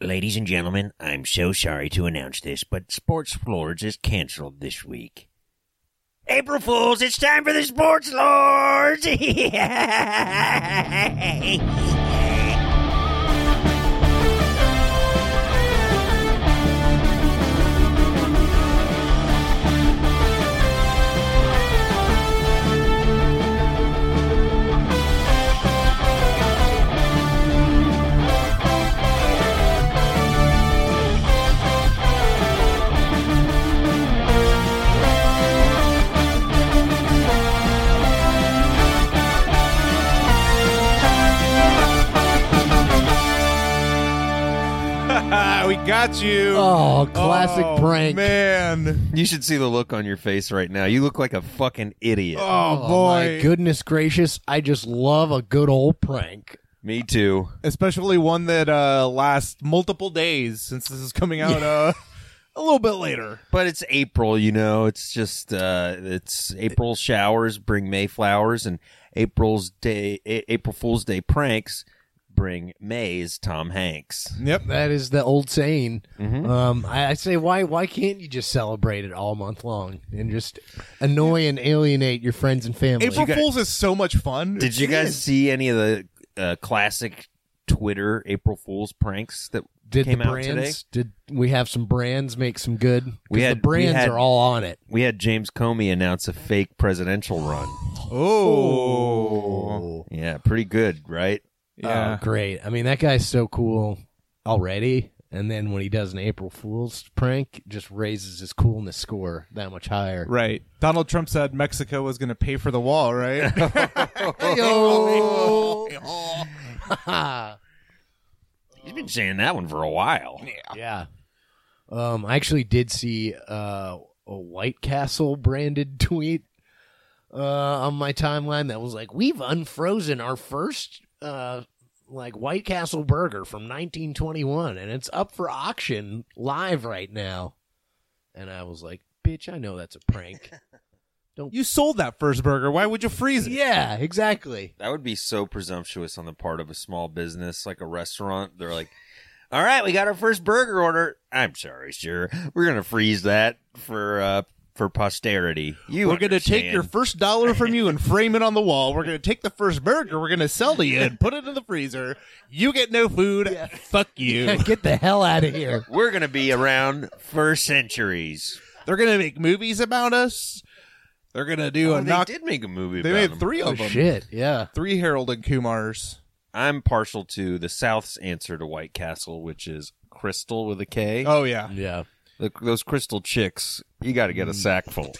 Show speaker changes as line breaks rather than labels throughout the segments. Ladies and gentlemen, I'm so sorry to announce this, but Sports Lords is canceled this week. April Fools, it's time for the Sports Lords!
Ah, we got you.
Oh, classic
Oh,
prank.
Man.
You should see the look on your face right now. You look like a fucking idiot.
Oh,
Oh,
boy.
my goodness gracious. I just love a good old prank.
Me too.
Especially one that uh, lasts multiple days since this is coming out uh, a little bit later.
But it's April, you know. It's just uh it's April showers bring May flowers and April's day A- April Fool's Day pranks bring May's Tom Hanks.
Yep.
That is the old saying.
Mhm.
Um, I, I say, why why can't you just celebrate it all month long and just annoy and alienate your friends and family?
April Fools is so much fun.
Did you guys see any of the uh, classic Twitter April Fool's pranks that
Did
came
the
out today?
brands? Did we have some brands make some good? 'Cause
We had-
the brands
we had-
are all on it.
We had James Comey announce a fake presidential run.
Oh.
Yeah, pretty good, right?
Yeah.
Oh, great. I mean, that guy's so cool already. And then when he does an April Fool's prank, it just raises his coolness score that much higher.
Right. Donald Trump said Mexico was going to pay for the wall, right? oh.
Yo! Ah,
He's been saying that one for a while.
yeah. Um, I actually did see uh, a White Castle branded tweet uh, on my timeline that was like, "We've unfrozen our first uh, like White Castle burger from 1921, and it's up for auction live right now." And I was like, "Bitch, I know that's a prank."
you sold that first burger. Why would you freeze it?
yeah, exactly.
That would be so presumptuous on the part of a small business, like a restaurant. They're like, "All right, we got our first burger order. I'm sorry, sir, we're gonna freeze that for uh, for posterity. You
We're going to take your
understand."
first dollar from you and frame it on the wall. We're going to take the first burger we're going to sell to you and put it in the freezer. You get no food. Fuck you.
Get the hell out of here.
we're gonna be around for centuries.
They're going to make movies about us. They're going to do
Oh,
a
they
knock.
did make a movie.
They
about
made
him.
three
Oh
of them.
shit! Yeah.
Three Harold and Kumars.
I'm partial to the South's answer to White Castle, which is Crystal with a K.
Oh, yeah.
Yeah.
The- those Crystal chicks, you got to get a sackful.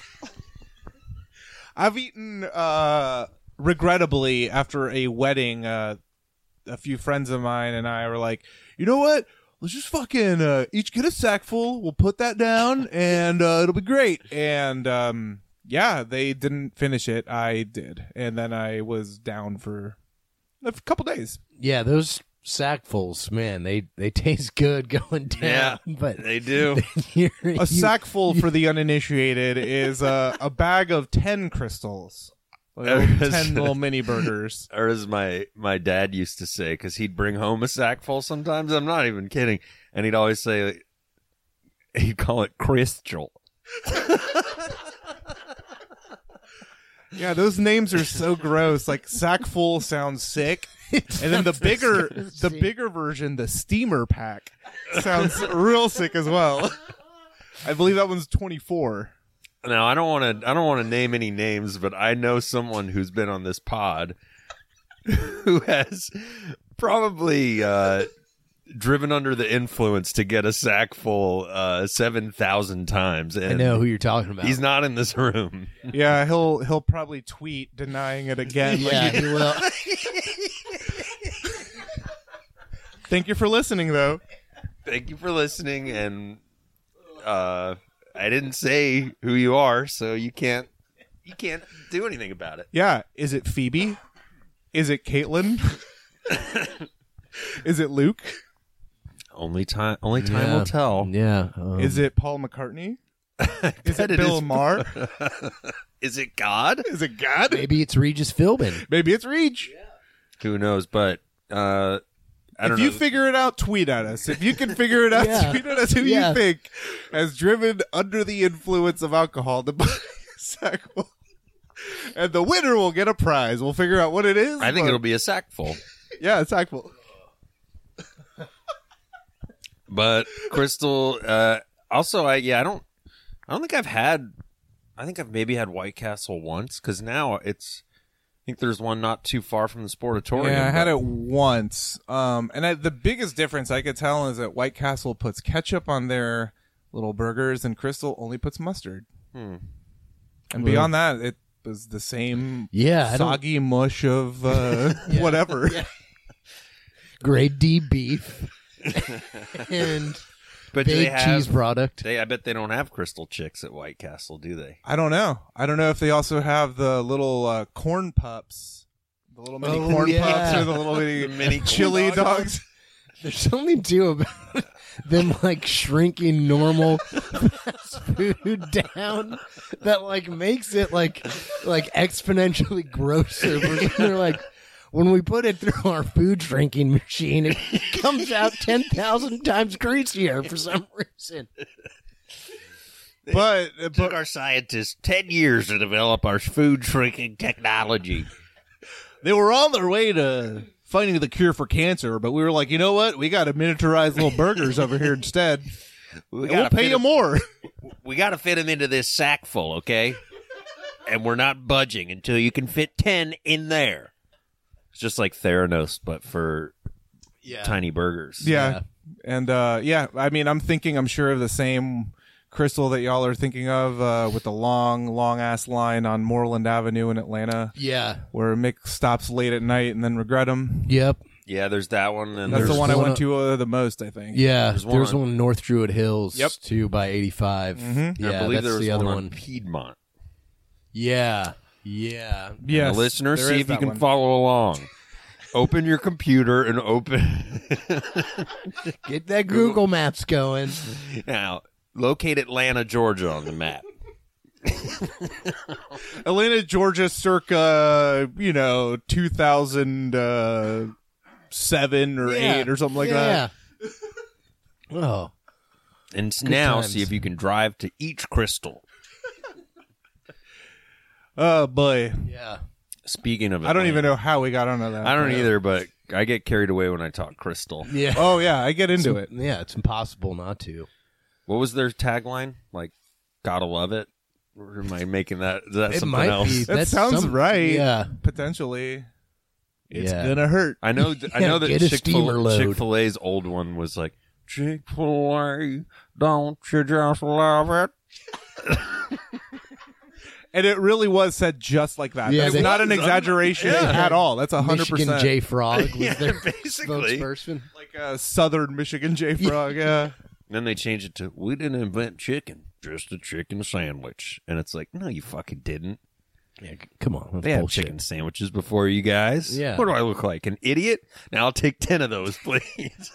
I've eaten, uh, regrettably, after a wedding, uh, a few friends of mine and I were like, you know what? Let's just fucking uh, each get a sackful. We'll put that down and uh, it'll be great. And um, yeah, they didn't finish it. I did. And then I was down for a f- couple days.
Yeah, those sackfuls, man, they they taste good going down. but
do.
you're,
A sackful for the uninitiated is uh, a bag of 10 crystals. Like,
Okay.
10 little mini burgers.
or as my my dad used to say, because he'd bring home a sack full sometimes. I'm not even kidding, and he'd always say he'd call it crystal.
Yeah, those names are so gross. Like sackful sounds sick, and then the bigger the bigger version, the steamer pack, sounds real sick as well. I believe that one's twenty four.
Now I don't want to I don't want to name any names, but I know someone who's been on this pod who has probably uh, driven under the influence to get a sack full uh, seven thousand times,
I
and
know who you're talking about.
he's not in this room.
Yeah, he'll he'll probably tweet denying it again. Like,
Yeah, he will.
Thank you for listening, though.
thank you for listening and uh i didn't say who you are so you can't you can't do anything about it
Yeah, is it Phoebe? Is it Caitlin? is it Luke?
only time only
time will Yeah.
tell
Yeah. um,
Is it Paul McCartney? Is it
bet it
Bill
is-
Maher?
is it god
Is it God?
maybe it's Regis Philbin.
Maybe it's Reach.
who knows but uh I don't
if you
know.
figure it out, tweet at us. If you can figure it out,
Yeah.
tweet at us who
Yeah.
you think has driven under the influence of alcohol to buy a sack full. And the winner will get a prize. We'll figure out what it is.
I think
but-
it'll be a sack full.
yeah, it's full.
But Crystal, uh, also, I yeah, I don't, I don't think I've had. I think I've maybe had White Castle once because now it's. I think there's one not too far from the Sportatorium.
Yeah, I had
but-
it once. Um, and I, the biggest difference I could tell is that White Castle puts ketchup on their little burgers, and Crystal only puts mustard.
Hmm.
And beyond that, it was the same
Yeah, I don't,
soggy mush of uh, whatever.
grade D beef and
But do they
baked
have?
cheese product.
They, I bet they don't have Crystal Chicks at White Castle, do they?
I don't know. I don't know if they also have the little uh, corn pups, the little mini
Oh,
corn
yeah.
pups, or the little mini,
mini corn
chili
dogs.
dogs.
There's something too about them like shrinking normal fast food down that like makes it like like exponentially grosser. But They're like when we put it through our food shrinking machine, it comes out ten thousand times greasier for some reason.
But uh,
It
but
took our scientists 10 years to develop our food shrinking technology.
they were on their way to finding the cure for cancer. But we were like, you know what? We got to miniaturize little burgers over here instead.
We
and we'll
gotta
pay
fit
you more.
We got to fit them into this sack full, okay? And we're not budging until you can fit 10 in there.
It's just like Theranos, but for
Yeah.
tiny burgers.
Yeah. And uh, yeah, I mean, I'm thinking, I'm sure of the same crystal that y'all are thinking of uh, with the long, long ass line on Moreland Avenue in Atlanta
Yeah.
where Mick stops late at night and then regret him.
Yep.
Yeah, there's that one, and
That's
there's
the one I
one
went
up-
to uh, the most, I think.
Yeah.
There's
There's
one
one,
on-
North Druid Hills
Yep.
two by eighty
Mhm.
Mm-hmm. I
Yeah,
believe
that's
there was
the other
one,
one.
on Piedmont.
Yeah. Yeah.
Yes,
And the listener,
there
see
is
if you
that
can
one.
follow along. open your computer and open
Get that Google Maps going.
now. Locate Atlanta, Georgia, on the map.
Atlanta, Georgia, circa you know 2007 or
Yeah.
eight or something
uh,
like that.
Yeah. Oh.
And s- now
times.
see if you can drive to each crystal.
Oh boy,
Yeah.
Speaking of,
I don't
Atlanta,
even know how we got onto that.
I don't either, but I get carried away when I talk crystal.
Yeah.
Oh yeah, I get into it.
Yeah, it's impossible not to.
What was their tagline? Like, gotta love it. Or am I making that? Is that
it
something
might
else?
be.
That
that's
sounds
some-
right.
Yeah.
Potentially, it's
yeah.
gonna hurt.
I know. th- I know that
Get a
Chick
steamer
Fil
load.
Chick Fil A's old one was like Chick Fil A. Don't you just love it?
And it really was said just like that.
Yeah,
That's
they-
not an exaggeration at all. That's hundred
Michigan
percent.
J Frog was their
basically.
spokesperson.
Like a Southern Michigan J Frog. Yeah.
Then they changed it to We didn't invent chicken, just a chicken sandwich. And it's like, no, you fucking didn't.
Yeah, c- come on, that's
They had
bullshit.
chicken sandwiches before you guys.
Yeah.
What do I look like? An idiot? Now I'll take 10 of those, please.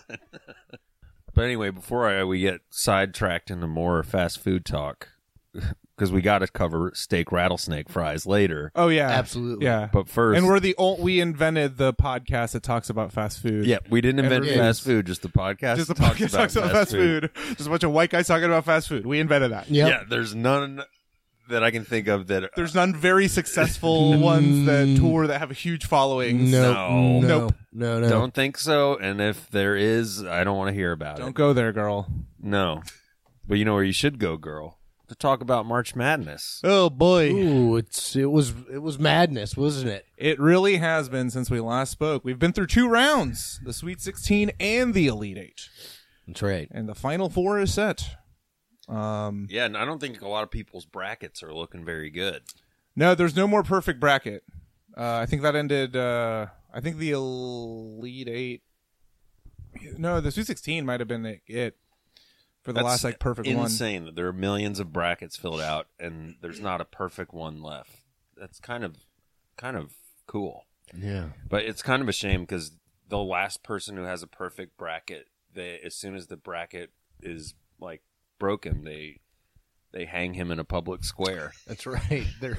but anyway, before I, we get sidetracked into more fast food talk, because we got to cover steak rattlesnake fries later.
Oh yeah.
Absolutely.
Yeah.
But first,
And we're the old, we invented the podcast that talks about fast food.
yeah, we didn't invent
Everybody's-
fast food, just the podcast.
Just the
that talks
podcast talks about fast food. Just a bunch of white guys talking about fast food. We invented that.
Yep.
Yeah, there's none that I can think of that.
There's none very successful ones that tour that have huge followings.
No.
No.
No.
Nope.
No. No.
Don't think so. And if there is, I don't want to hear about
Don't
it.
go there, girl.
No. But you know where you should go, girl? To talk about March Madness.
Oh boy.
Ooh, it's it was it was madness, wasn't it?
It really has been since we last spoke. We've been through two rounds, the Sweet 16 and the Elite 8.
That's right.
And the final four is set. Um
Yeah, and I don't think a lot of people's brackets are looking very good.
no, there's no more perfect bracket. Uh, I think that ended uh I think the Elite 8 No, the Sweet 16 might have been it for the last like perfect
insane
one.
Insane that there are millions of brackets filled out and there's not a perfect one left. That's kind of kind of cool.
Yeah.
But it's kind of a shame because the last person who has a perfect bracket, they as soon as the bracket is like broken, they they hang him in a public square.
That's right. They're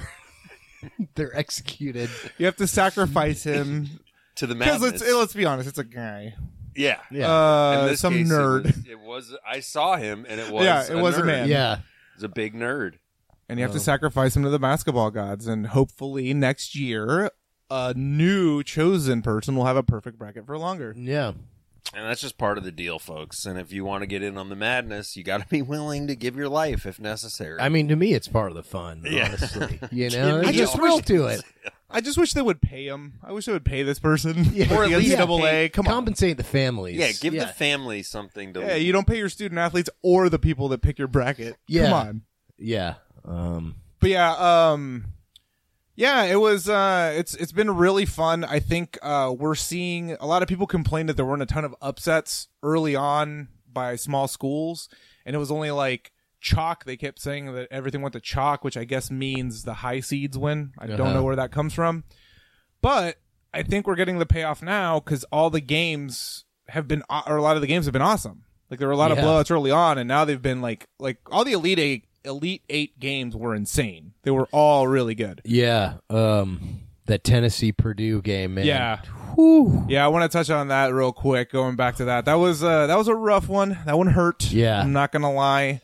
they're executed.
You have to sacrifice him
to the
because
madness.
let's let's be honest, it's a guy.
Yeah.
Yeah.
Uh,
In this
some
case, It
nerd.
was, it was- I saw him, and it was.
Yeah, it
a
was a
nerd.
man.
yeah.
It was a big nerd.
and you have
Oh.
to sacrifice him to the basketball gods. And hopefully next year, a new chosen person will have a perfect bracket for longer.
Yeah.
And that's just part of the deal, folks. And if you want to get in on the madness, you got to be willing to give your life if necessary.
I mean, to me, it's part of the fun,
Yeah.
honestly. You know?
me
I just
all.
will do it.
I just wish they would pay him. I wish they would pay this person.
Yeah.
Or at
the
least
NCAA.
pay-
Come on.
Compensate the families.
yeah, give the family something to.
Yeah, you don't pay your student athletes or the people that pick your bracket.
Yeah.
Come on.
yeah. Um,
But yeah, um yeah, it was uh it's it's been really fun. I think uh we're seeing a lot of people complain that there weren't a ton of upsets early on by small schools and it was only like chalk they kept saying that everything went to chalk, which I guess means the high seeds win. I
Uh-huh.
don't know where that comes from. But I think we're getting the payoff now cuz all the games have been aw- or a lot of the games have been awesome. Like there were a lot
Yeah.
of blowouts early on, and now they've been like like all the elite eight elite eight games were insane. They were all really good.
yeah. Um, that Tennessee Purdue game, man.
Yeah,
Whew.
yeah. I want to touch on that real quick. Going back to that, that was uh, that was a rough one. That one hurt.
Yeah.
I'm not gonna lie.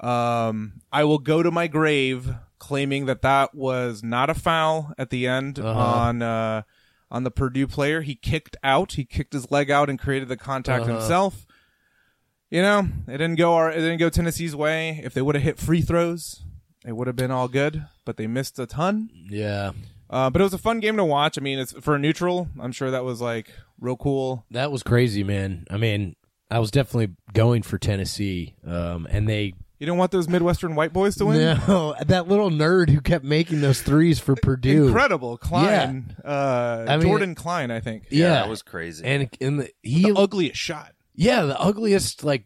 Um, I will go to my grave claiming that that was not a foul at the end
Uh-huh.
on uh, on the Purdue player. He kicked out. He kicked his leg out and created the contact
Uh-huh.
himself. You know, it didn't go our, it didn't go Tennessee's way. If they would have hit free throws, it would have been all good. But they missed a ton.
Yeah.
Uh, but it was a fun game to watch. I mean, it's for a neutral. I'm sure that was like real cool.
That was crazy, man. I mean, I was definitely going for Tennessee, um, and they
You don't want those Midwestern white boys to win.
no that little nerd who kept making those threes for Purdue.
Incredible, Klein. Uh,
I mean-
Jordan Klein, I think.
yeah,
Yeah,
that was crazy.
and and the, he
The ugliest shot.
yeah the ugliest like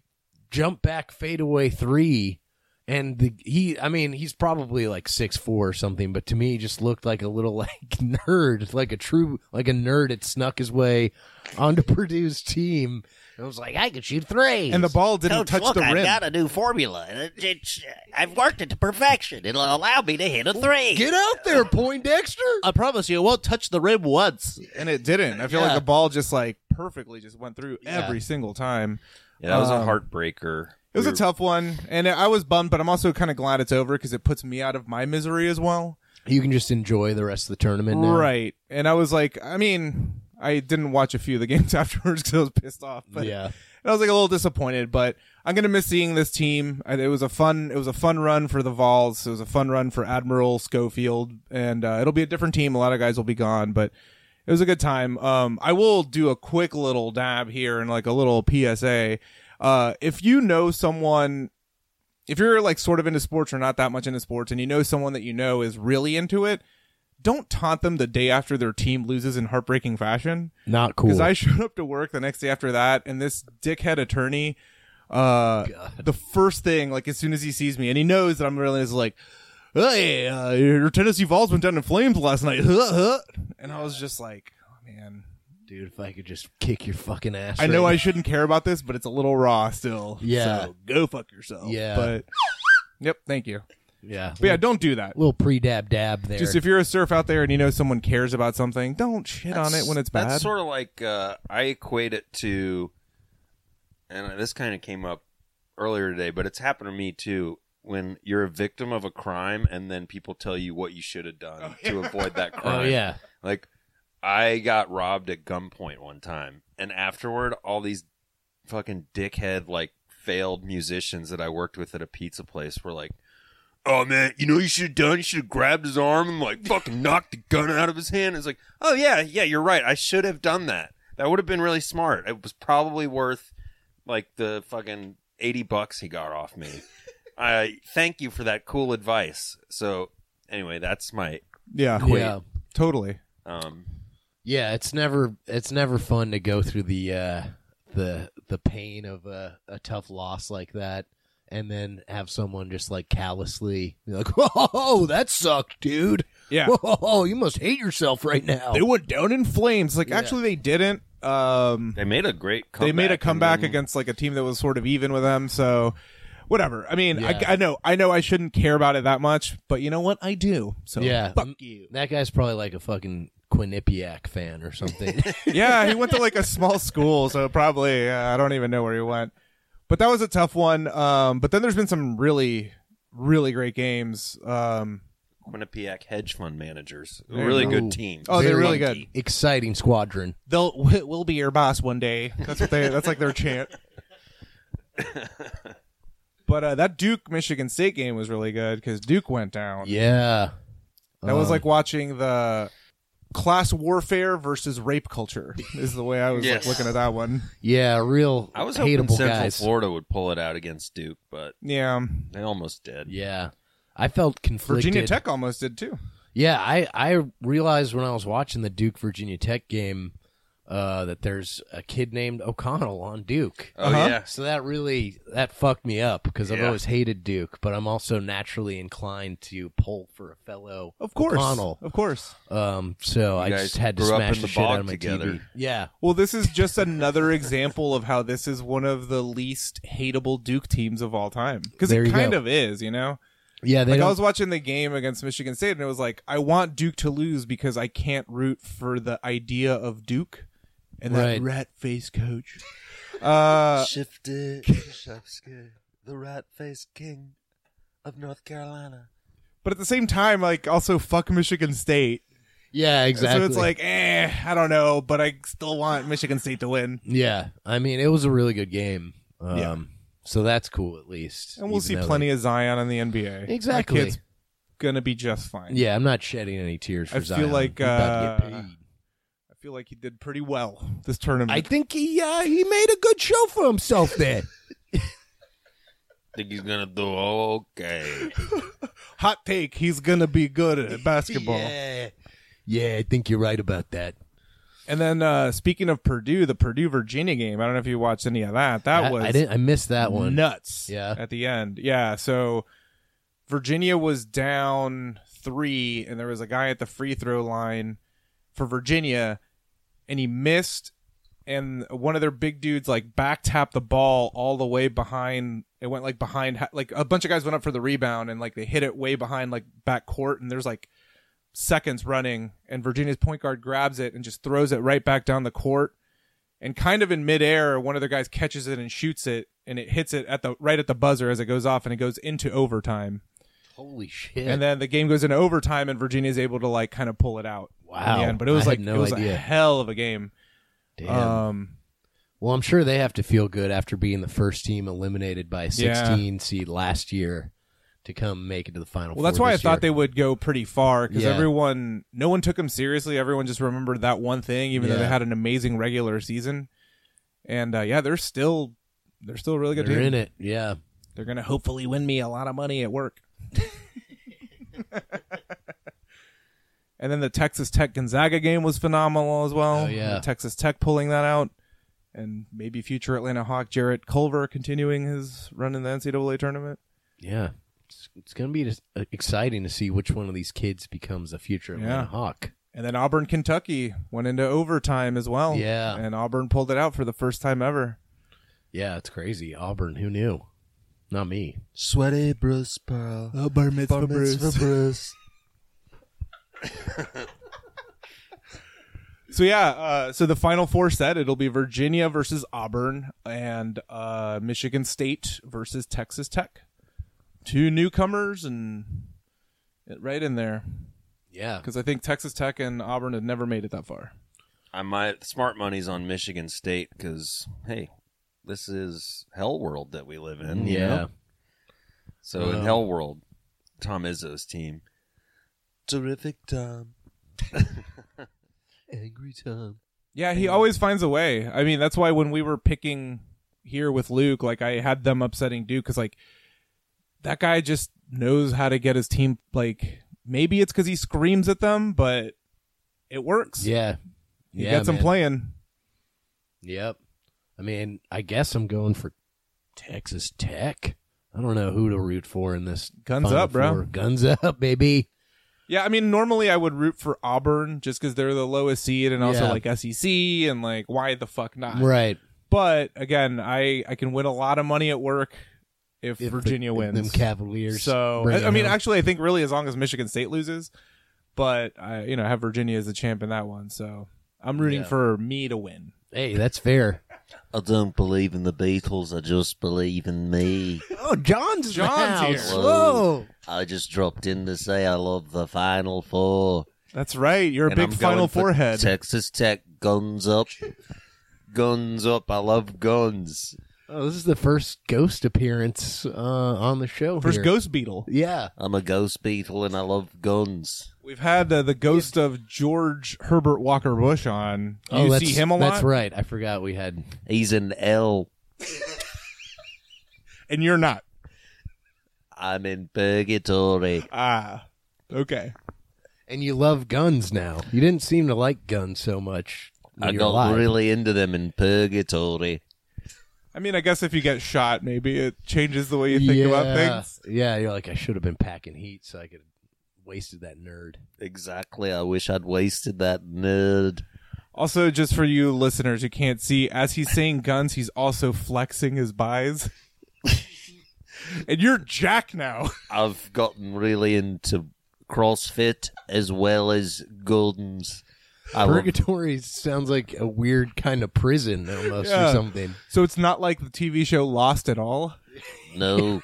jump back fadeaway three, and the he I mean he's probably like six four or something, but to me he just looked like a little like nerd, like a true like a nerd had snuck his way onto Purdue's team. And was like, I could shoot threes,
And the ball
Oh,
didn't
Coach,
touch
look,
the
I've
rim.
got a new formula. It- It's, I've worked it to perfection. It'll allow me to hit a three.
Get out there, Poindexter!
I promise you, it won't touch the rim once.
And it didn't. I feel
Yeah.
like the ball just like perfectly just went through
Yeah.
every single time.
yeah, that was
um,
a heartbreaker.
It was
We
a
were-
tough one, and I was bummed, but I'm also kind of glad it's over because it puts me out of my misery as well.
You can just enjoy the rest of the tournament, now.
Right. And I was like, I mean, I didn't watch a few of the games afterwards because I was pissed off. But
yeah,
and I was like a little disappointed, but I'm gonna miss seeing this team. I- It was a fun, it was a fun run for the Vols. It was a fun run for Admiral Schofield, and uh, it'll be a different team. A lot of guys will be gone, but it was a good time. Um, I will do a quick little dab here and like a little PSA. Uh, if you know someone, if you're like sort of into sports or not that much into sports, and you know someone that you know is really into it. Don't taunt them the day after their team loses in heartbreaking fashion.
not cool.
Because I showed up to work the next day after that, and this dickhead attorney, uh, the first thing, like as soon as he sees me, and he knows that I'm really is like, hey, uh, your Tennessee Vols went down in flames last night, huh, huh?" and I was just like, oh, man,
Dude, if I could just kick your fucking ass.
I know
right
I shouldn't care about this, but it's a little raw still.
Yeah.
so go fuck yourself.
Yeah.
but yep, thank you.
now. Yeah.
But yeah, don't do that.
little pre dab dab there.
Just if you're a surf out there and you know someone cares about something, don't shit on it when it's bad.
That's sort of like uh, I equate it to, and this kind of came up earlier today, but it's happened to me too. When you're a victim of a crime, and then people tell you what you should have done to avoid that crime.
oh yeah.
Like, I got robbed at gunpoint one time, and afterward, all these fucking dickhead, like, failed musicians that I worked with at a pizza place were like, Oh man, you know what you should have done. You should have grabbed his arm and like fucking knocked the gun out of his hand. It's like, oh yeah, yeah, you're right. I should have done that. That would have been really smart. It was probably worth like the fucking eighty bucks he got off me. I thank you for that cool advice. So anyway, that's my
yeah,
Yeah.
totally.
um
Yeah, it's never it's never fun to go through the uh the the pain of a, a tough loss like that and then have someone just like callously be like, Oh, that sucked, dude.
Yeah.
Whoa, you must hate yourself right now.
They went down in flames. Like
Oh. Yeah.
actually, they didn't. Um,
They made a great comeback.
they made a
and
comeback
then-
against like a team that was sort of even with them. So, whatever. I mean,
Yeah.
I, I know, I know, I shouldn't care about it that much, but you know what? I do. So
Yeah. Mm.
fuck you.
That guy's probably like a fucking Quinnipiac fan or something.
yeah, he went to like a small school, so probably uh, I don't even know where he went. But that was a tough one. Um, but then there's been some really, really great games. Um,
Quinnipiac hedge fund managers.
There
really
you go.
good team.
oh, they're
Very
really
lucky.
good.
Exciting squadron.
They'll we'll be your boss one day. That's what they. that's like their chant. But uh, that Duke Michigan State game was really good because Duke went down.
Yeah.
That was like watching the class warfare versus rape culture. Is the way I was
Yes.
like, looking at that one.
Um, Yeah, real
I was hoping
hateable
Central
guys.
Florida would pull it out against Duke, but
Yeah,
they almost did.
Yeah. I felt conflicted.
Virginia Tech almost did too.
Yeah, I, I realized when I was watching the Duke Virginia Tech game uh, that there's a kid named O'Connell on Duke.
Oh
Uh-huh.
yeah.
So that really that fucked me up because I've
Yeah.
always hated Duke, but I'm also naturally inclined to pull for a fellow
Of course,
O'Connell.
of course.
Um, so I
guys
just had to
grew up
smash
in
the,
the
shit
bog
out of my TV.
together.
Yeah,
Well, this is just another example of how this is one of the least hateable Duke teams of all time. Because
There
it
you
kind
go.
of is, you know?
yeah. They
Like, I
don't-
was watching the game against Michigan State, and it was like, I want Duke to lose because I can't root for the idea of Duke and
Right.
that rat face coach. Uh,
Shifted Shafsky, the rat faced king of North Carolina.
but at the same time, like, also fuck Michigan State.
yeah, exactly.
So it's like, eh, I don't know, but I still want Michigan State to win.
yeah. I mean, it was a really good game. Um,
Yeah.
So that's cool at least.
And we'll
even
see
though
plenty of Zion in the NBA.
Exactly.
That kid's gonna be just fine.
Yeah, I'm not shedding any tears for
I feel
Zion.
like,
He's about to get
uh,
paid.
I feel like he did pretty well this tournament.
I think he uh, he made a good show for himself there.
Think he's gonna do okay.
Hot take: He's gonna be good at basketball.
yeah. Yeah, I think you're right about that.
And then uh, speaking of Purdue, the Purdue Virginia game. I don't know if you watched any of that. That
I,
was
I didn't I missed that one.
nuts.
Yeah.
At the end, yeah. So Virginia was down three, and there was a guy at the free throw line for Virginia, and he missed. And one of their big dudes like back tapped the ball all the way behind. It went like behind, like a bunch of guys went up for the rebound, and like they hit it way behind like back court. And there's like seconds running, and Virginia's point guard grabs it and just throws it right back down the court. And kind of in midair, one of their guys catches it and shoots it, and it hits it at the right at the buzzer as it goes off, and it goes into overtime.
Holy shit.
And then the game goes into overtime, and Virginia's able to like kind of pull it out. in
Wow.
the end. but it
I
was
had
like
no
it was
idea.
a hell of a game.
Damn.
Um,
well, I'm sure they have to feel good after being the first team eliminated by a 16 seed last year to come make it to the final
well, that's
Four
why I
this
thought
year.
they would go pretty far because
Yeah.
everyone, no one took them seriously. Everyone just remembered that one thing, even though
Yeah.
they had an amazing regular season. And uh, yeah, they're still they're still a really good.
They're
team.
in it. Yeah.
They're gonna hopefully win me a lot of money at work. and then the Texas Tech Gonzaga game was phenomenal as well.
Oh, yeah.
Texas Tech pulling that out, and maybe future Atlanta Hawk Jarrett Culver continuing his run in the NCAA tournament.
Yeah. It's, it's going to be just, uh, exciting to see which one of these kids becomes a future Atlanta
Yeah.
Hawk.
And then Auburn Kentucky went into overtime as well.
Yeah.
and Auburn pulled it out for the first time ever.
Yeah, it's crazy. Auburn, who knew? Not me.
Sweaty Bruce Pearl.
Oh, bar mitzvah,
Mitzvah Bruce.
So yeah, uh, so the final four set it'll be Virginia versus Auburn and uh, Michigan State versus Texas Tech. Two newcomers and it right in there
Yeah.
because I think Texas Tech and Auburn had never made it that far.
I might smart money's on Michigan State because hey, this is hell world that we live in. you
Yeah.
know? So
Um,
in hell world, Tom Izzo's team.
Terrific Tom.
Angry Tom.
Yeah,
Mm-hmm.
he always finds a way. I mean, that's why when we were picking here with Luke, like I had them upsetting Duke because like that guy just knows how to get his team. Like maybe it's because he screams at them, but it works.
Yeah.
he
yeah,
gets them
man.
playing.
Yep. I mean, I guess I'm going for Texas Tech. I don't know who to root for in this.
Guns
Final
up, bro.
Four. Guns up, baby.
Yeah, I mean, normally I would root for Auburn just because they're the lowest seed and also
Yeah.
like SEC and like why the fuck not?
Right.
But again, I I can win a lot of money at work if,
If the-
Virginia
if
wins.
Them Cavaliers.
so
bring
I, I
it
mean,
home.
actually, I think really as long as Michigan State loses, but I, you know, I have Virginia as the champ in that one, so I'm rooting
Yeah.
for me to win.
Hey, that's fair.
I don't believe in the Beatles. I just believe in me.
Oh, John's
John's
in
here.
the house.
Whoa.
Whoa.
I just dropped in to say I love the Final Four.
That's right. You're a
And
big
I'm
Final
going for
Four head.
Texas Tech, guns up.
Guns up. I love guns.
Oh, this is the first ghost appearance uh, on the show.
First
here.
Ghost Beetle.
Yeah.
I'm a ghost beetle and I love guns.
We've had uh, the ghost of George Herbert Walker Bush on. You
oh,
see
that's-
him a lot,
That's right. I forgot we had.
He's an L.
and you're not.
I'm in purgatory.
Ah, okay.
And you love guns now. You didn't seem to like guns so much. When
I
you're
got
alive.
really into them in purgatory.
I mean, I guess if you get shot, maybe it changes the way you think
yeah.
about things.
Yeah, you're like, I should have been packing heat so I could have wasted that nerd.
Exactly. I wish I'd wasted that nerd.
Also, just for you listeners who can't see, as he's saying guns, he's also flexing his buys. and you're Jack now.
I've gotten really into CrossFit as well as guns. I love-
Purgatory sounds like a weird kind of prison almost
Yeah.
or something.
so it's not like the TV show Lost at all.
No.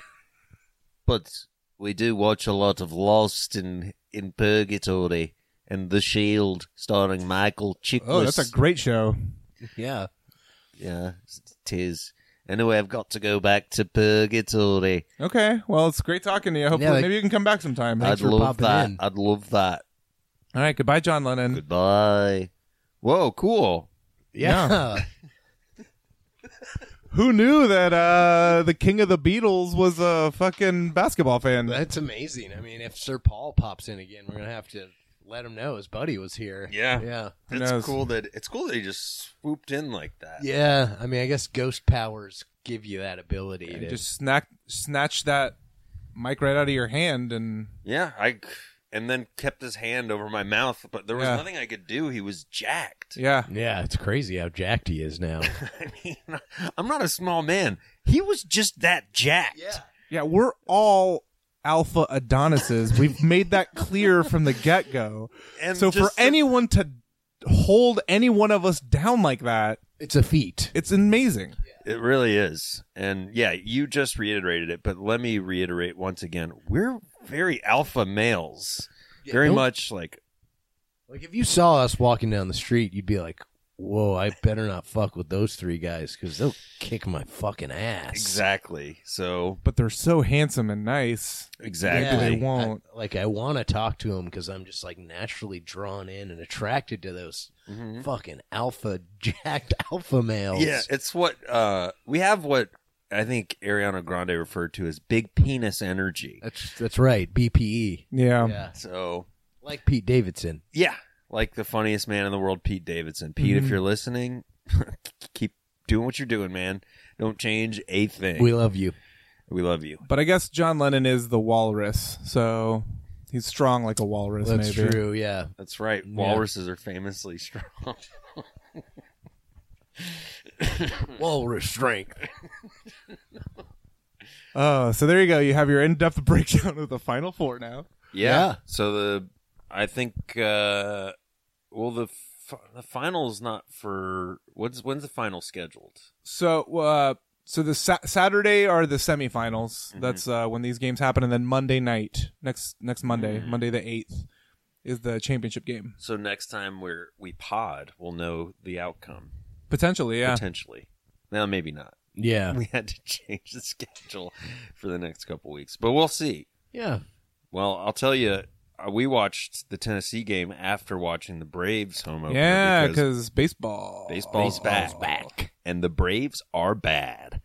but we do watch a lot of Lost in, in Purgatory and The Shield starring Michael Chiklis.
Oh, that's a great show.
Yeah.
Yeah, it is. Anyway, I've got to go back to Purgatory.
Okay, well, it's great talking to you. Hopefully,
like-
maybe you can come back sometime.
Thanks
I'd
for
love
popping
that.
in.
I'd love that.
All right, goodbye, John Lennon.
Goodbye.
Whoa, cool.
Yeah.
Who knew that uh, the king of the Beatles was a fucking basketball fan?
That's amazing. I mean, if Sir Paul pops in again, we're going to have to let him know his buddy was here.
Yeah.
Yeah.
Who
It's
knows?
cool that it's cool that he just swooped in like that.
Yeah. I mean, I guess ghost powers give you that ability.
And
to-
just snack, snatch that mic right out of your hand, and
Yeah, I and then kept his hand over my mouth, but there was
Yeah.
nothing I could do. He was jacked.
yeah,
yeah, it's crazy how jacked he is now.
I mean, I'm not a small man. He was just that jacked.
yeah, we're all alpha Adonises. We've made that clear from the get go.
And
So for
just the-
anyone to hold any one of us down like that,
it's a feat.
it's amazing.
it really is. And yeah, you just reiterated it, but let me reiterate once again. We're very alpha males. very
don't-
much like
Like, if you saw us walking down the street, you'd be like, whoa, I better not fuck with those three guys because they'll kick my fucking ass.
exactly. So
But they're so handsome and nice.
exactly.
Maybe they won't.
I- like I want to talk to him because I'm just like naturally drawn in and attracted to those
Mhm.
fucking alpha jacked alpha males.
Yeah, it's what uh, we have. What I think Ariana Grande referred to as big penis energy.
Uh,
that's that's right. BPE.
Yeah.
yeah,
So
like Pete Davidson.
yeah, like the funniest man in the world, Pete Davidson. Pete, if
Mm-hmm.
Mhm.
you're listening, keep doing what you're doing, man. Don't change a thing.
We love you.
we love you.
But I guess John Lennon is the walrus, so he's strong like a walrus.
That's
maybe.
true. Yeah.
That's right.
Yeah.
Walruses are famously strong.
Walrus strength.
Oh, so there you go. You have your in-depth breakdown of the Final Four now.
Yeah.
Yeah.
So the I think uh well the f- the final's not for when's when's the final scheduled?
So, uh, so the sa- Saturday are the semifinals.
Mm-hmm.
Mhm.
That's uh, when these games happen, and then Monday night, next next Monday,
Mm-hmm.
Mm.
Monday the eighth, is the championship game
So next time we're we pod, we'll know the outcome
potentially. Yeah,
potentially. Now maybe not.
Yeah.
We had to change the schedule for the next couple weeks, but we'll see.
Yeah.
Well, I'll tell you, uh, we watched the Tennessee game after watching the Braves
oh,
home opener.
yeah, because
because
baseball,
Baseball's back. and the Braves are bad.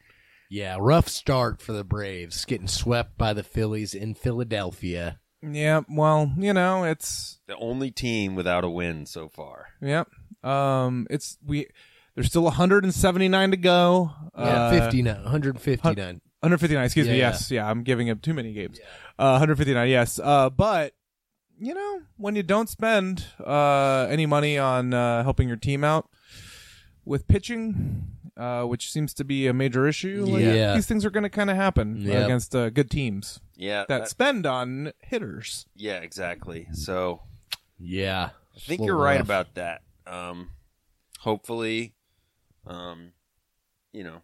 Yeah. Rough start for the Braves, getting swept by the Phillies in Philadelphia.
Yeah, well, you know, it's
The only team without a win so far.
yeah, um, it's we. There's still 179 to go.
Yeah,
Uh,
fifty nine, one hundred fifty nine.
159 excuse me
Yeah,
yes yeah i'm giving up too many games uh 159 yes uh but you know when you don't spend uh any money on uh helping your team out with pitching uh which seems to be a major issue like,
Yeah.
these things are going to kind of happen
Yep.
against uh, good teams
Yeah,
that spend on hitters
Yeah, exactly. So
Yeah.
I think
Slow
you're right
rough.
about that. Um, hopefully, um, you know,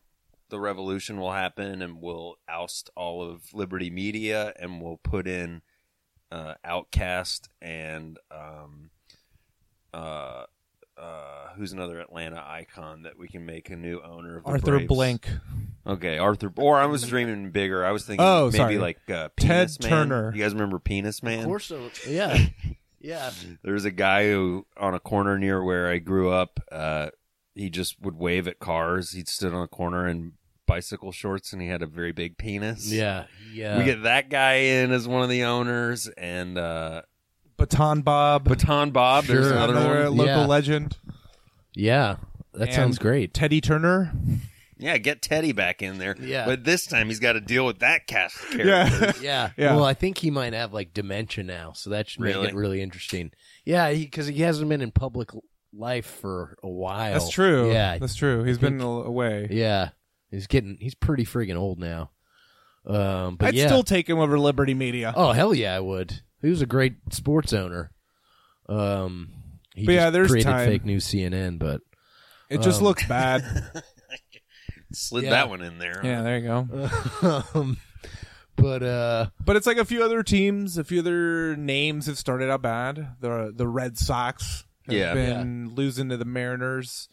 the revolution will happen and we'll oust all of Liberty Media and we'll put in uh, Outcast and um, uh, uh, who's another Atlanta icon that we can make a new owner of the
Arthur
Braves?
Blank,
Okay, Arthur. Or I was dreaming bigger. I was thinking
Oh,
maybe
sorry.
like uh,
Ted
Penis Man.
Turner.
You guys remember Penis Man?
Of course. so- Yeah. yeah.
There's a guy who on a corner near where I grew up, uh, he just would wave at cars. He'd stood on a corner in bicycle shorts and he had a very big penis.
Yeah. Yeah.
we get that guy in as one of the owners and uh,
Baton Bob,
Baton Bob. There's
Sure.
another, one.
local
Yeah.
legend,
yeah. That sounds
And-
great.
Teddy Turner.
Yeah, get Teddy back in there.
Yeah.
but this time he's got to deal with that cast of characters.
Yeah.
Yeah.
Well, I think he might have like dementia now, so that should
Really?
make it really interesting. Yeah, because he, hasn't been in public l- life for a while.
That's true.
Yeah.
that's true. He's been
think-
a- away.
Yeah. He's getting. He's pretty friggin' old now. Um. But
I'd
yeah.
still take him over Liberty Media.
Oh hell yeah, I would. He was a great sports owner. Um, he
But yeah,
just
there's
created
time.
fake news CNN, but
it just
um,
looks bad.
Slid
Yeah.
that one in there.
yeah, there you go.
um, but uh,
But it's like a few other teams, a few other names have started out bad. The the Red Sox have
Yeah.
been losing to the Mariners.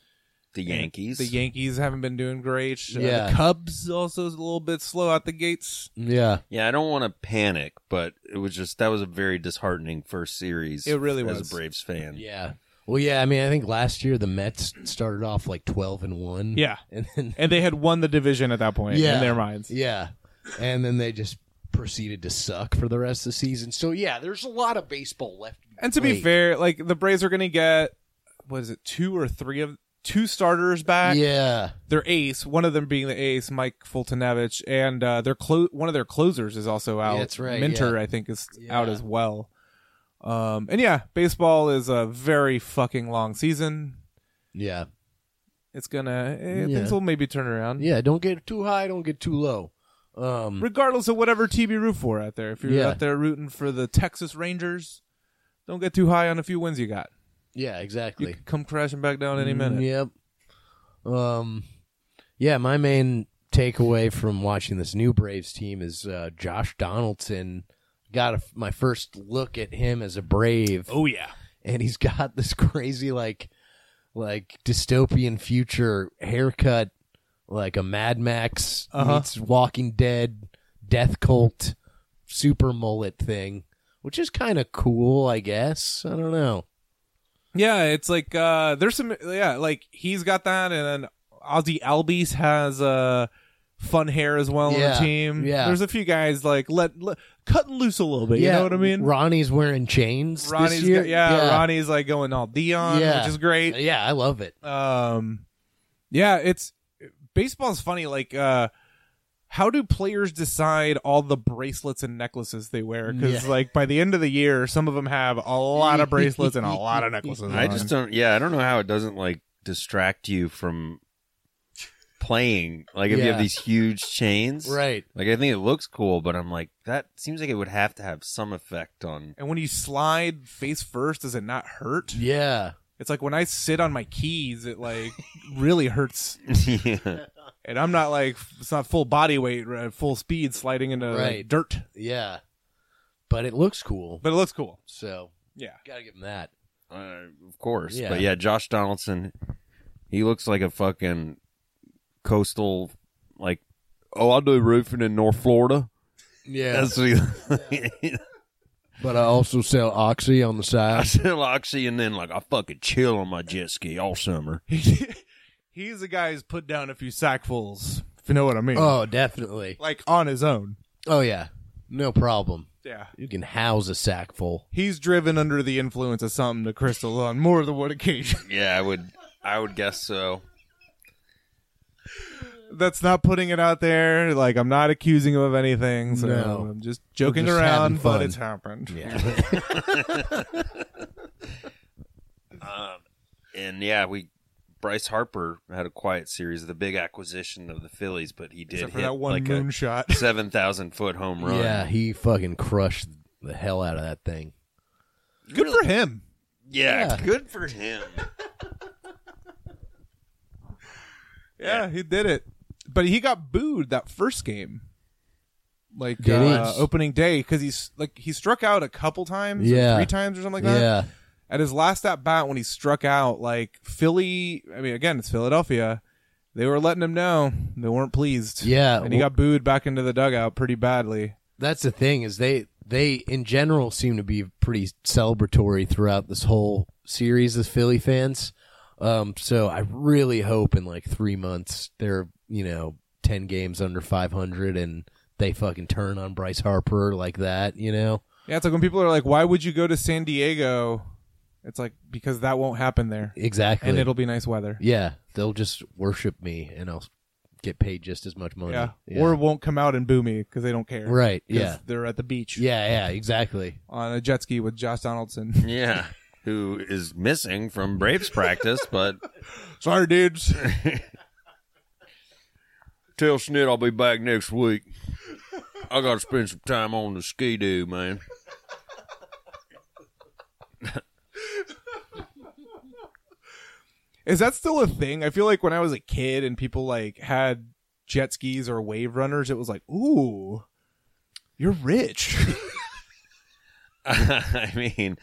the Yankees.
The Yankees haven't been doing great. Uh,
Yeah.
the Cubs also is a little bit slow out the gates.
yeah,
Yeah, I don't want to panic, but it was just that was a very disheartening first series.
It really
as
was.
a Braves fan.
yeah. Well, yeah. I mean, I think last year the Mets started off like twelve and one.
Yeah,
and then
and they had won the division at that point
Mm-hmm. Yeah.
in their minds.
yeah, and then they just proceeded to suck for the rest of the season. So yeah, there's a lot of baseball left.
And to be
Wait.
fair, like the Braves are going to get what is it, two or three of two starters back.
yeah,
Their ace, one of them being the ace, Mike Fultonevich, and uh, their clo- one of their closers is also out.
that's right,
Minter, I think, is
Yeah.
out as well. Um, and yeah, baseball is a very fucking long season.
yeah,
It's gonna eh,
Yeah.
things will maybe turn around.
yeah. Don't get too high. Don't get too low. Um,
regardless of whatever team you root for out there. If you're
Yeah.
out there rooting for the Texas Rangers, don't get too high on a few wins you got.
yeah,
You
exactly.
could come crashing back down any minute.
Mm, Yep. Um, yeah, my main takeaway from watching this new Braves team is uh, Josh Donaldson. Got a, my first look at him as a Brave,
Oh yeah,
and he's got this crazy like, like dystopian future haircut, like a Mad Max
Uh-huh.
meets Walking Dead, Death Cult, super mullet thing, which is kind of cool, I guess. I don't know.
yeah. It's like uh, there's some yeah, like he's got that, and then Ozzy Albies has uh, fun hair as well on
Yeah,
the team.
yeah.
there's a few guys like let, let cut loose a little bit. You know what I mean?
Ronnie's wearing chains. this
Ronnie's
year.
go- yeah, Ronnie's like going all Dion,
Yeah.
which is great.
Yeah, I love it.
um yeah it's baseball's funny like uh how do players decide all the bracelets and necklaces they wear because
Yeah.
like by the end of the year some of them have a lot of bracelets and a lot of necklaces
I
on.
just don't. Yeah, I don't know how it doesn't like distract you from playing. Like if you have
Yeah.
these huge chains,
Right.
Like I think it looks cool, but I'm like that seems like it would have to have some effect on.
and when you slide face first does it not hurt
Yeah.
it's like when i sit on my keys it like really hurts
yeah.
and i'm not like it's not full body weight or at full speed sliding into like,
Right.
dirt
Yeah. But it looks cool.
but it looks cool
So
yeah
gotta give him that.
Uh, of course,
Yeah.
but yeah, Josh Donaldson, he looks like a fucking coastal, like oh, I'll do roofing in North Florida.
Yeah.
That's what he,
but I also sell oxy on the
I
side.
still oxy, and then like I fucking chill on my jet ski all summer.
he's the guy who's put down a few sackfuls if you know what i mean
Oh, definitely.
like on his own.
Oh yeah. No problem.
Yeah.
You can house a sack full.
He's driven under the influence of something to Crystal on more than one occasion.
Yeah, I would. I would guess so.
That's not putting it out there. Like I'm not accusing him of anything. So
No.
I'm just joking
We're just having
around,
fun.
but it's happened.
Yeah.
And yeah, we Bryce Harper had a quiet series, the big acquisition of the Phillies, but he did
Except for
hit
that one
like a
moonshot.
seven thousand foot home run.
yeah, he fucking crushed the hell out of that thing.
Good for him.
Yeah,
Yeah.
good for him.
Yeah, he did it. But he got booed that first game. Like
Did he?
uh, opening day because he's like he struck out a couple times, or
Yeah.
three times or something like that.
yeah.
At his last at bat, when he struck out, like Philly, I mean, again, it's Philadelphia. They were letting him know they weren't pleased.
Yeah.
and he got booed back into the dugout pretty badly.
that's the thing is they they in general seem to be pretty celebratory throughout this whole series as Philly fans. Um, so I really hope in like three months they're you know ten games under five hundred and they fucking turn on Bryce Harper like that. You know,
Yeah, it's like when people are like, "Why would you go to San Diego?" It's like because that won't happen there,
exactly.
and it'll be nice weather.
yeah, they'll just worship me and I'll get paid just as much money.
Yeah, or won't come out and boo me because they don't care.
right.
'Cause
Yeah.
they're at the beach.
Yeah. Yeah. Exactly.
on a jet ski with Josh Donaldson.
Yeah, who is missing from Braves practice, but
Sorry, dudes.
tell Snit I'll be back next week. I got to spend some time on the ski doo, man.
Is that still a thing? I feel like when I was a kid and people like had jet skis or wave runners, it was like, ooh, you're rich.
I mean,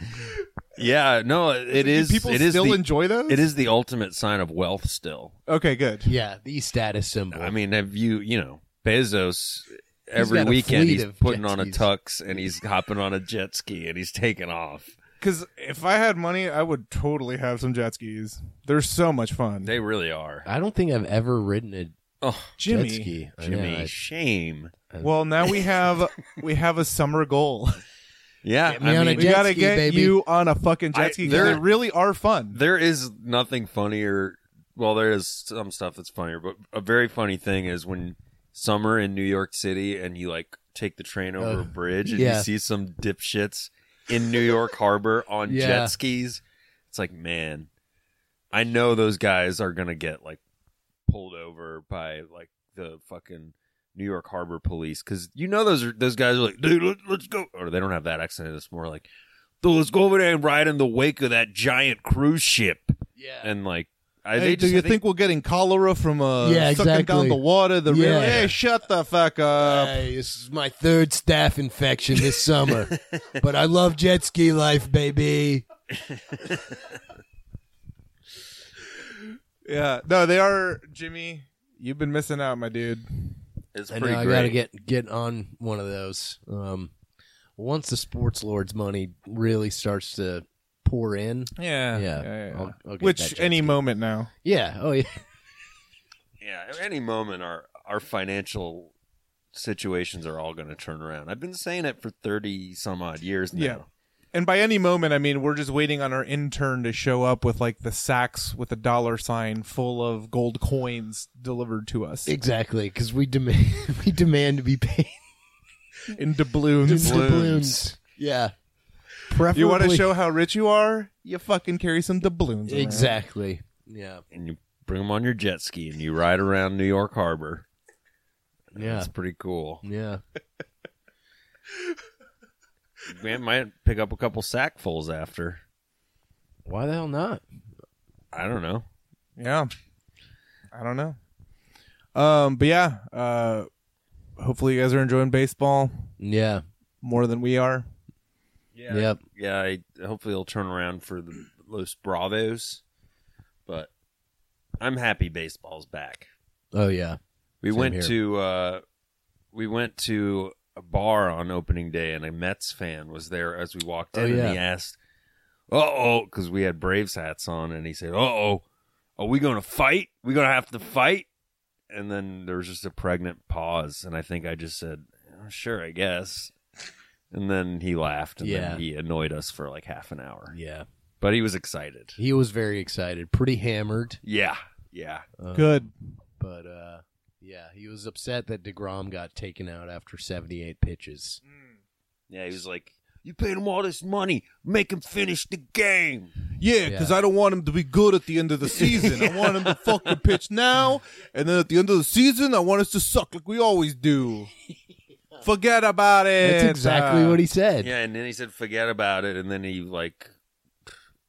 yeah, no, it is.
people
it is
still
the,
enjoy those.
It is the ultimate sign of wealth. Still,
okay, good.
Yeah. The status symbol.
I mean, have you? You know, Bezos. Every
got a
weekend
fleet
he's
of
putting
jet
on a
skis.
tux and he's hopping on a jet ski and he's taking off.
Because if I had money, I would totally have some jet skis. They're so much fun.
They really are.
I don't think I've ever ridden a
Oh,
Jimmy.
jet ski. I know,
Jimmy,
I-
shame.
Well, now we have we have a summer goal.
Yeah,
Get me on a
we
jet
gotta
ski,
get
baby.
you on a fucking
I-
jet ski. 'cause
they're-
they really are fun.
there is nothing funnier. Well, there is some stuff that's funnier, but a very funny thing is when summer in New York City and you like take the train over
Uh,
a bridge and
yeah.
you see some dipshits in New York Harbor on
Yeah.
jet skis. It's like, man, I know those guys are gonna get like pulled over by like the fucking New York Harbor police because you know those are, those guys are like, dude, let, let's go. Or they don't have that accent. It's more like, dude, let's go over there and ride in the wake of that giant cruise ship
Yeah.
and like I
Hey,
they
do
just,
you
I
think, we're getting cholera from uh,
Yeah,
sucking down
exactly.
the water? The river?
Yeah.
Hey, shut the fuck
Uh,
up.
Hey, this is my third staph infection this summer, but I love jet ski life, baby.
Yeah, no, they are Jimmy. You've been missing out, my dude.
it's
I
pretty
know I
great.
gotta get get on one of those. Um, once the sports lords money really starts to pour in,
Yeah,
yeah, I'll, I'll get that
Which
jet
any
ski.
moment now.
yeah, oh yeah,
yeah, at any moment our our financial situations are all going to turn around. I've been saying it for 30 some odd years now.
Yeah. And by any moment, I mean we're just waiting on our intern to show up with like the sacks with a dollar sign full of gold coins delivered to us
exactly. Because we demand we demand to be paid
in
in
doubloons.
doubloons. Yeah, preferably.
You want to show how rich you are? You fucking carry some doubloons. around.
exactly? Yeah,
And you bring them on your jet ski and you ride around New York Harbor.
yeah,
It's pretty cool.
yeah.
We might pick up a couple sackfuls after.
Why the hell not?
I don't know.
Yeah. I don't know. Um, but yeah, uh, hopefully you guys are enjoying baseball
Yeah.
more than we are.
Yeah.
Yep.
Yeah, I, hopefully it'll turn around for the Los Bravos. But I'm happy baseball's back.
Oh yeah.
We
Same
went
here.
to uh, we went to a bar on opening day, and a Mets fan was there as we walked in,
Oh, yeah.
and he asked, "Uh oh," because we had Braves hats on, and he said, "Uh oh, are we going to fight? We going to have to fight?" And then there was just a pregnant pause, and I think I just said, "Oh, "Sure, I guess." And then he laughed, and
Yeah.
then he annoyed us for like half an hour,
Yeah.
but he was excited.
He was very excited, pretty hammered.
Yeah, yeah,
uh,
Good.
But uh, yeah, he was upset that DeGrom got taken out after 78 pitches.
yeah. He was like, "You paid him all this money, make him finish the game."
Yeah, because I don't want him to be good at the end of the season. I want him to fucking pitch now, and then at the end of the season, I want us to suck like we always do. Forget about it. uh,
That's exactly what he said.
Yeah, and then he said, "Forget about it," and then he like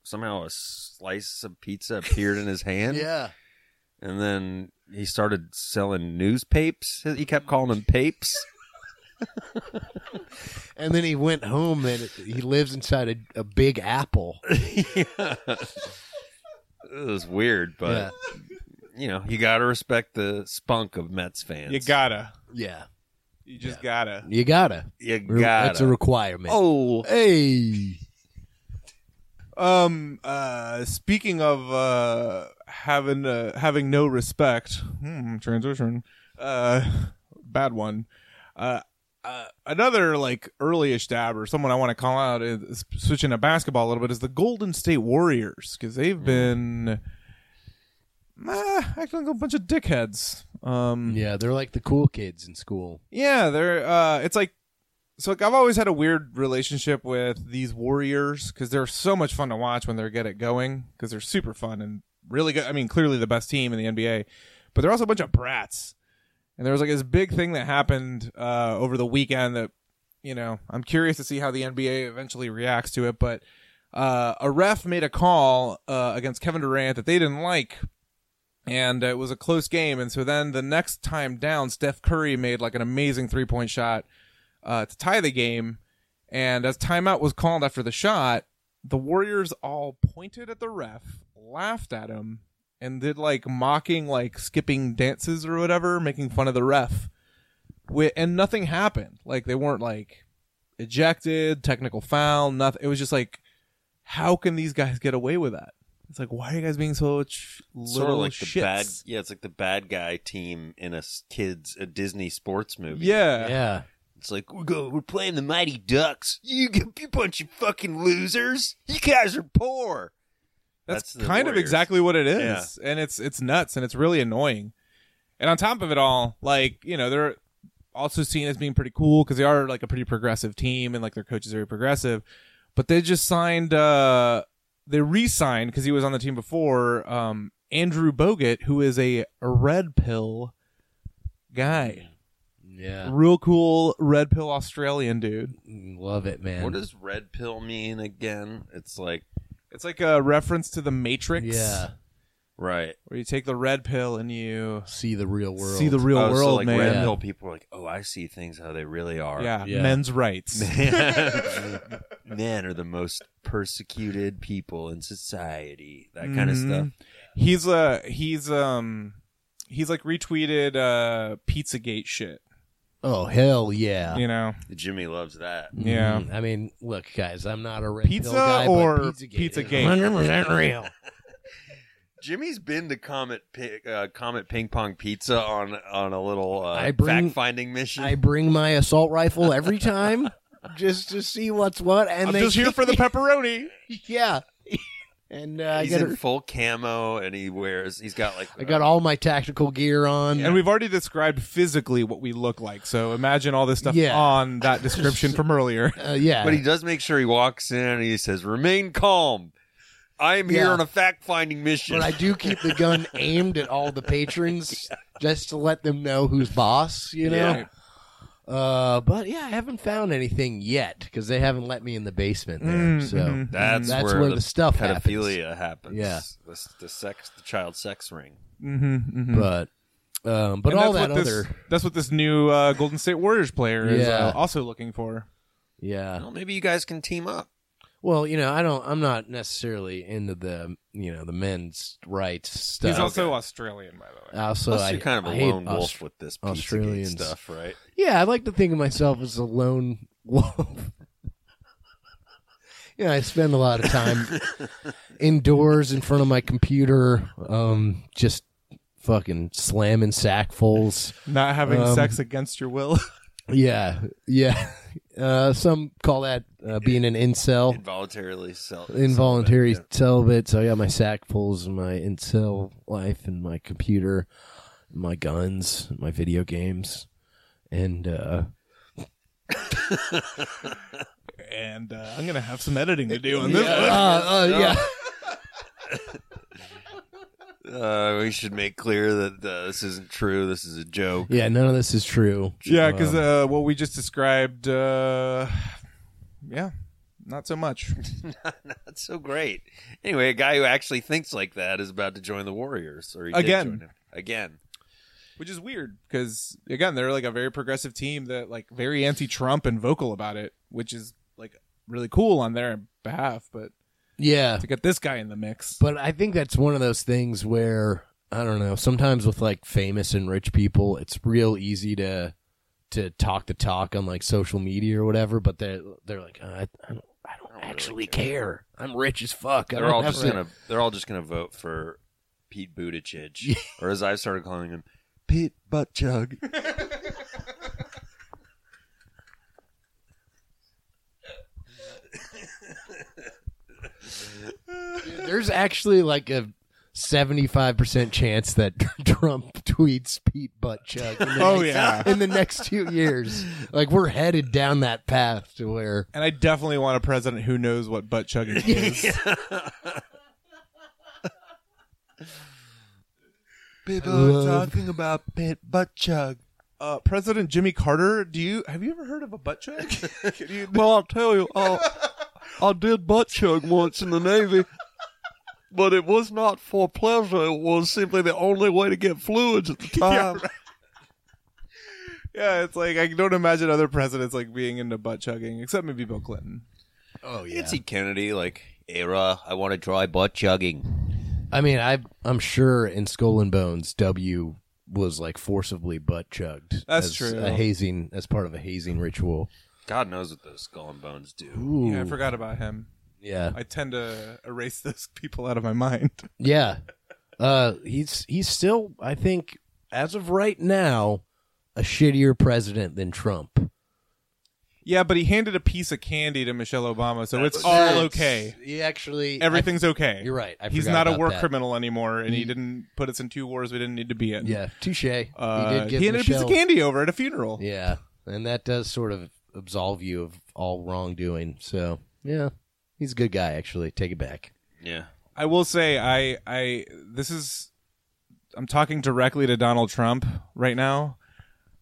somehow a slice of pizza appeared in his hand.
yeah.
And then he started selling newspapes. He kept calling them papes.
And then he went home and he lives inside a, a big apple.
yeah. It was weird, but you know, you gotta respect the spunk of Mets fans.
You gotta.
Yeah.
You just gotta.
You gotta.
you
Re- That's a
gotta.
requirement.
oh,
Hey.
Um. Uh. Speaking of uh having uh, having no respect. Hmm, transition. Uh, bad one. Uh, uh, another like early-ish dab or someone I want to call out is switching to basketball a little bit is the Golden State Warriors because they've been uh, acting like a bunch of dickheads. Um.
Yeah, they're like the cool kids in school.
Yeah, they're uh it's like so like I've always had a weird relationship with these warriors cuz they're so much fun to watch when they're get it going cuz they're super fun and really good. I mean, clearly the best team in the NBA, but they're also a bunch of brats. And there was like this big thing that happened uh over the weekend that you know, I'm curious to see how the NBA eventually reacts to it, but uh, a ref made a call uh, against Kevin Durant that they didn't like and uh, it was a close game. And so then the next time down, Steph Curry made like an amazing three point shot uh, to tie the game. And as timeout was called after the shot, the Warriors all pointed at the ref, laughed at him, and did like mocking, like skipping dances or whatever, making fun of the ref. Wi- And nothing happened. Like they weren't like ejected, technical foul, nothing. It was just like, how can these guys get away with that? It's like, why are you guys being so much little
sort of like
shits?
the bad. Yeah, it's like the bad guy team in a s- kids a Disney sports movie.
Yeah.
Yeah.
It's like we're go we're playing the Mighty Ducks. You g- you bunch of fucking losers. You guys are poor. That's
That's,
the
kind of
Warriors.
exactly what it is. And it's it's nuts and it's really annoying. And on top of it all, like, you know, they're also seen as being pretty cool because they are like a pretty progressive team and like their coach is very progressive. But they just signed uh they re-signed because he was on the team before, um, Andrew Bogut, who is a red pill guy.
Yeah.
Real cool red pill Australian dude.
Love it, man.
What does red pill mean again? It's like
It's like a reference to the Matrix.
Yeah.
right.
Where you take the red pill and you
See the real world.
see the real
oh,
world,
so like
man.
red
Yeah.
pill people are like, oh, I see things how they really are.
Yeah,
Yeah.
men's rights.
Men are the most persecuted people in society. That kind of
Mm-hmm.
Mhm.
stuff.
He's uh he's um he's like retweeted uh Pizzagate shit.
Oh hell yeah.
You know,
Jimmy loves that.
Mhm.
Yeah.
I mean, look, guys, I'm not a red pill
Pizza
guy, but
or
Pizzagate is
Pizzagate?
100% real.
Jimmy's been to Comet Pi- uh, Comet Ping Pong Pizza on on a little
I
uh,
bring-
fact finding mission.
I bring my assault rifle every time just to see what's what, and
I'm
they
just here for the pepperoni.
yeah. And uh, I
he's
got
in full camo and he wears. He's got like
I got all my tactical gear on.
And we've already described physically what we look like, so imagine all this stuff
Yeah.
on that description from earlier.
Uh, yeah,
But he does make sure he walks in and he says, "Remain calm. I am here
Yeah.
on a fact finding mission."
but I do keep the gun aimed at all the patrons just to let them know who's boss, you know. Uh, but yeah, I haven't found anything yet because they haven't let me in the basement there.
Mm,
so
mhm.
that's,
That's where the stuff happens.
pedophilia happens.
Yeah.
the, s- the sex, the child sex ring.
Mm-hmm, mm-hmm.
but um, but all
that's
that
what
other
This, that's what this new uh, Golden State Warriors player is
Yeah.
uh, also looking for.
yeah.
Well, maybe you guys can team up.
Well, you know, I don't. I'm not necessarily into the you know the men's rights stuff.
He's also Australian, by the way.
Also,
Plus,
I,
you're kind of
I
a
hate
lone wolf
Aust-
with this Pizzagate
Australians.
stuff, right?
Yeah, I like to think of myself as a lone wolf. yeah, I spend a lot of time indoors in front of my computer, um, just fucking slamming sackfuls.
Not having
Um,
sex against your will.
Yeah, yeah. Uh, some call that uh, being an incel,
Involuntarily self.
involuntary
celibate,
celibate. So I got my sackfuls and my incel life and my computer, my guns, my video games, and uh,
and uh, I'm gonna have some editing to do on this.
uh, uh, yeah.
yeah. Uh, we should make clear that uh, this isn't true. This is a joke.
Yeah, none of this is true.
Yeah, uh, because
Um,
uh, what we just described, uh, yeah, Not so much.
That's so great. Anyway, a guy who actually thinks like that is about to join the Warriors, or he
Again.
did join them. again.
Which is weird because again, they're like a very progressive team that like very anti-Trump and vocal about it, which is like really cool on their behalf. But
Yeah.
to get this guy in the mix,
But I think that's one of those things where I don't know. Sometimes with like famous and rich people, it's real easy to to talk the talk on like social media or whatever. But they they're like, uh, I, I don't, I don't actually care. I'm rich as fuck. I
They're
don't
all
have
just
to-"
gonna they're all just gonna vote for Pete Buttigieg, or as I started calling him, Pete Butt Chug.
There's actually like a. 75% chance that Trump tweets Pete Butt Chuck in, the
Oh,
next-
yeah.
in the next two years. Like, we're headed down that path to where
and I definitely want a president who knows what butt chugging is.
People are talking about pit butt chug.
Uh, president Jimmy Carter, do you have you ever heard of a butt chug? Can you-
Well, I'll tell you, I, I did butt chug once in the Navy, but it was not for pleasure. It was simply the only way to get fluids at the time.
yeah, it's like I don't imagine other presidents like being into butt chugging, except maybe Bill Clinton.
Oh
e
yeah.
Nancy Kennedy, like era. I want to try butt chugging.
I mean, I I'm sure in Skull and Bones, W was like forcibly butt chugged.
That's
as
true.
A hazing as part of a hazing ritual.
God knows what those skull and bones do.
Ooh.
Yeah, I forgot about him.
Yeah.
I tend to erase those people out of my mind.
Yeah. Uh, he's he's still, I think, as of right now, a shittier president than Trump.
Yeah, but he handed a piece of candy to Michelle Obama, so it's all okay.
He actually
Everything's okay.
you're right. I
He's
forgot
not a
about
war
that. Mm.
criminal anymore, and he didn't put us in two wars we didn't need to be in.
yeah, touche.
Uh,
he did give
handed
Michelle,
a piece of candy over at a funeral.
Yeah, and that does sort of absolve you of all wrongdoing. So yeah, he's a good guy. Actually, take it back.
Yeah.
I will say, I, I, this is, I'm talking directly to Donald Trump right now.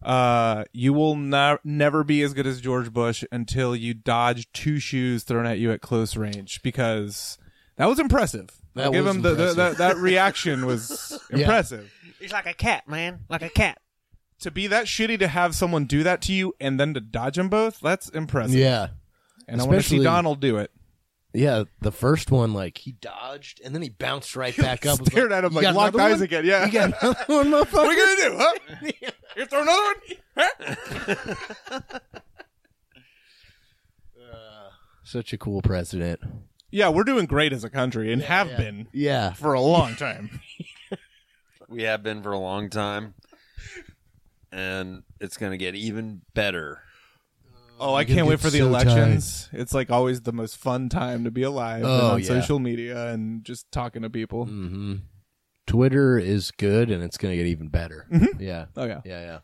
Uh, you will not never be as good as George Bush until you dodge two shoes thrown at you at close range because that was impressive.
That
I'll give
was
him the, the,
impressive.
that that reaction was
Yeah.
impressive.
He's like a cat, man. Like a cat.
to be that shitty to have someone do that to you and then to dodge them both, that's impressive.
Yeah.
and I want to see
especially-
Donald do it.
Yeah, the first one, like he dodged and then he bounced right back up. was
Stared at him
"You
like
got
locked
another
eyes
one?
again. Yeah.
You got another one, motherfucker.
what are you gonna do? Huh? you throw another one? Huh?
Such a cool president.
Yeah, we're doing great as a country and have been
Yeah,
for a long time.
We have been for a long time, and it's gonna get even better.
oh, I
gonna
can't wait
get
for the
so
elections. It's like always the most fun time to be alive and
Oh,
on
yeah. Mm.
social media and just talking to people.
Mm-hmm. Twitter is good and it's gonna get even better. Yeah,
Oh yeah.
yeah, yeah.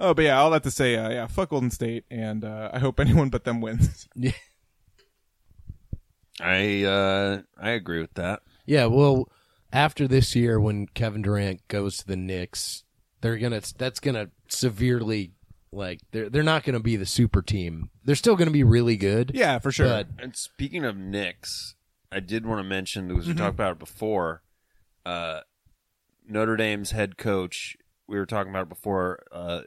Oh, but yeah, all that to say, uh, yeah, fuck Golden State, and uh, I hope anyone but them wins.
I uh I agree with that.
Yeah, well, after this year, when Kevin Durant goes to the Knicks, they're gonna that's gonna severely like they're they're not gonna be the super team. They're still gonna be really good.
yeah, for sure.
But
And speaking of Knicks, I did want to mention because
Mm-hmm.
we talked about it before. Uh, Notre Dame's head coach, we were talking about it before. Uh,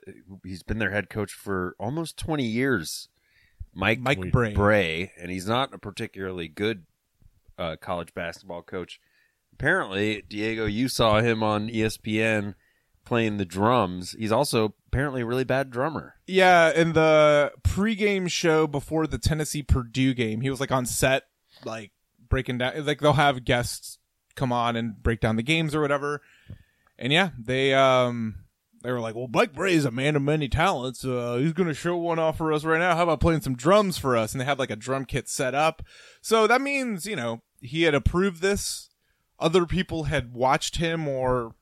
he's been their head coach for almost twenty years, Mike
Mike Bray.
Bray, and he's not a particularly good uh, college basketball coach. Apparently, Diego, you saw him on E ESPN playing the drums. He's also apparently a really bad drummer.
Yeah, in the pregame show before the Tennessee Purdue game, he was like on set, like breaking down. Like they'll have guests come on and break down the games or whatever. And yeah, they um they were like, "Well, Mike Bray is a man of many talents. Uh, he's going to show one off for us right now. How about playing some drums for us?" And they had like a drum kit set up. So that means you know he had approved this. Other people had watched him or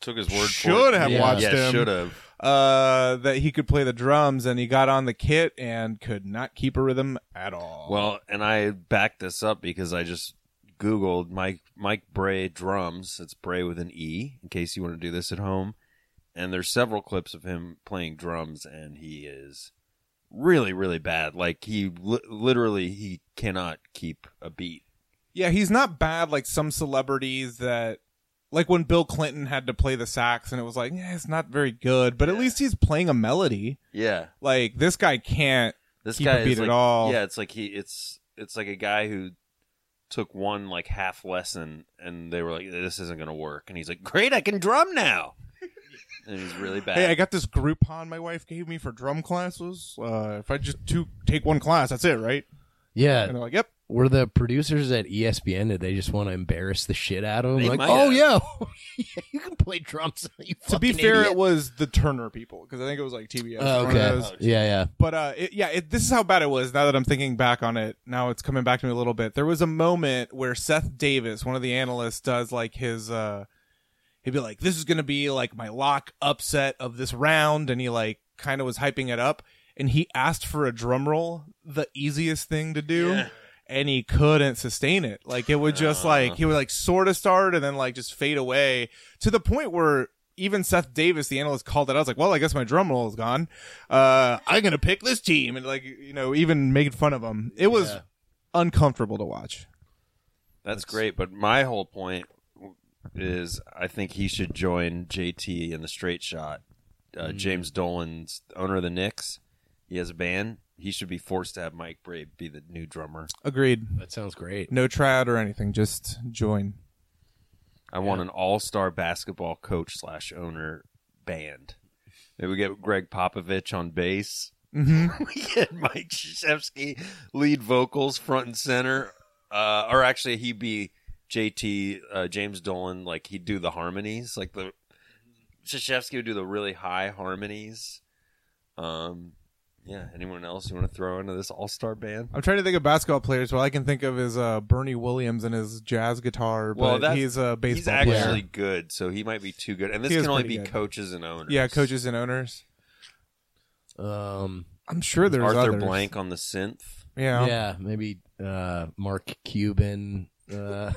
Took his word
Should
for it.
have
Yeah.
watched
yeah,
him.
Should have.
uh, that he could play the drums, and he got on the kit and could not keep a rhythm at all.
Well, and I backed this up because I just googled Mike Mike Bray drums. It's Bray with an E. In case you want to do this at home, and there's several clips of him playing drums, and he is really, really bad. Like he li- literally he cannot keep a beat.
Yeah, he's not bad like some celebrities that like when Bill Clinton had to play the sax and it was like, yeah, it's not very good, but at least he's playing a melody.
Yeah,
Like this guy can't.
this
Keep a
guy
beat
is
at
like,
all.
Yeah, it's like he it's it's like a guy who took one like half lesson, and they were like, "This isn't gonna work," and he's like, "Great, I can drum now." and he's really bad.
Hey, I got this Groupon my wife gave me for drum classes. Uh, if I just two, take one class, that's it, right? And
Yeah,
they're like, yep.
were the producers at E ESPN? Did they just want to embarrass the shit out of him?
They
Like,
might
oh
have.
yeah, you can play drums. You
To be
fucking
fair,
idiot.
it was the Turner people because I think it was like TBS. one
Oh,
of
okay,
those.
yeah, yeah.
But uh, it, yeah, it, this is how bad it was. Now that I'm thinking back on it, now it's coming back to me a little bit. There was a moment where Seth Davis, one of the analysts, does like his. Uh, he'd be like, "This is gonna be like my lock upset of this round," and he like kind of was hyping it up, and he asked for a drum roll, the easiest thing to do. And he couldn't sustain it. Like it would just like he would like sort of start and then like just fade away to the point where even Seth Davis, the analyst, called it. I was like, "Well, I guess my drum roll is gone. Uh, I'm gonna pick this team," and like you know, even made fun of him. It was
Yeah.
uncomfortable to watch.
That's great, but my whole point is I think he should join JT in the Straight Shot. Uh, James Dolan's owner of the Knicks, he has a band. He should be forced to have Mike Brave be the new drummer.
Agreed.
That sounds great.
No tryout or anything. Just join.
I want an all-star basketball coach slash owner band. Maybe we get Greg Popovich on bass.
Mm-hmm.
we get Mike Krzyzewski lead vocals front and center. Uh, or actually, he'd be JT uh, James Dolan. Like he'd do the harmonies. Like the Krzyzewski would do the really high harmonies. Um, yeah. Anyone else you want to throw into this all-star band?
I'm trying to think of basketball players. All I can think of is uh, Bernie Williams and his jazz guitar.
Well,
But
that's-
he's a baseball
He's actually
player.
good, so he might be too good. And this
He is
can only
pretty
be
good.
coaches and owners.
Yeah, coaches and owners.
Um,
I'm sure there's
Arthur
others.
Blank on the synth.
Yeah.
yeah, maybe uh, Mark Cuban. Uh,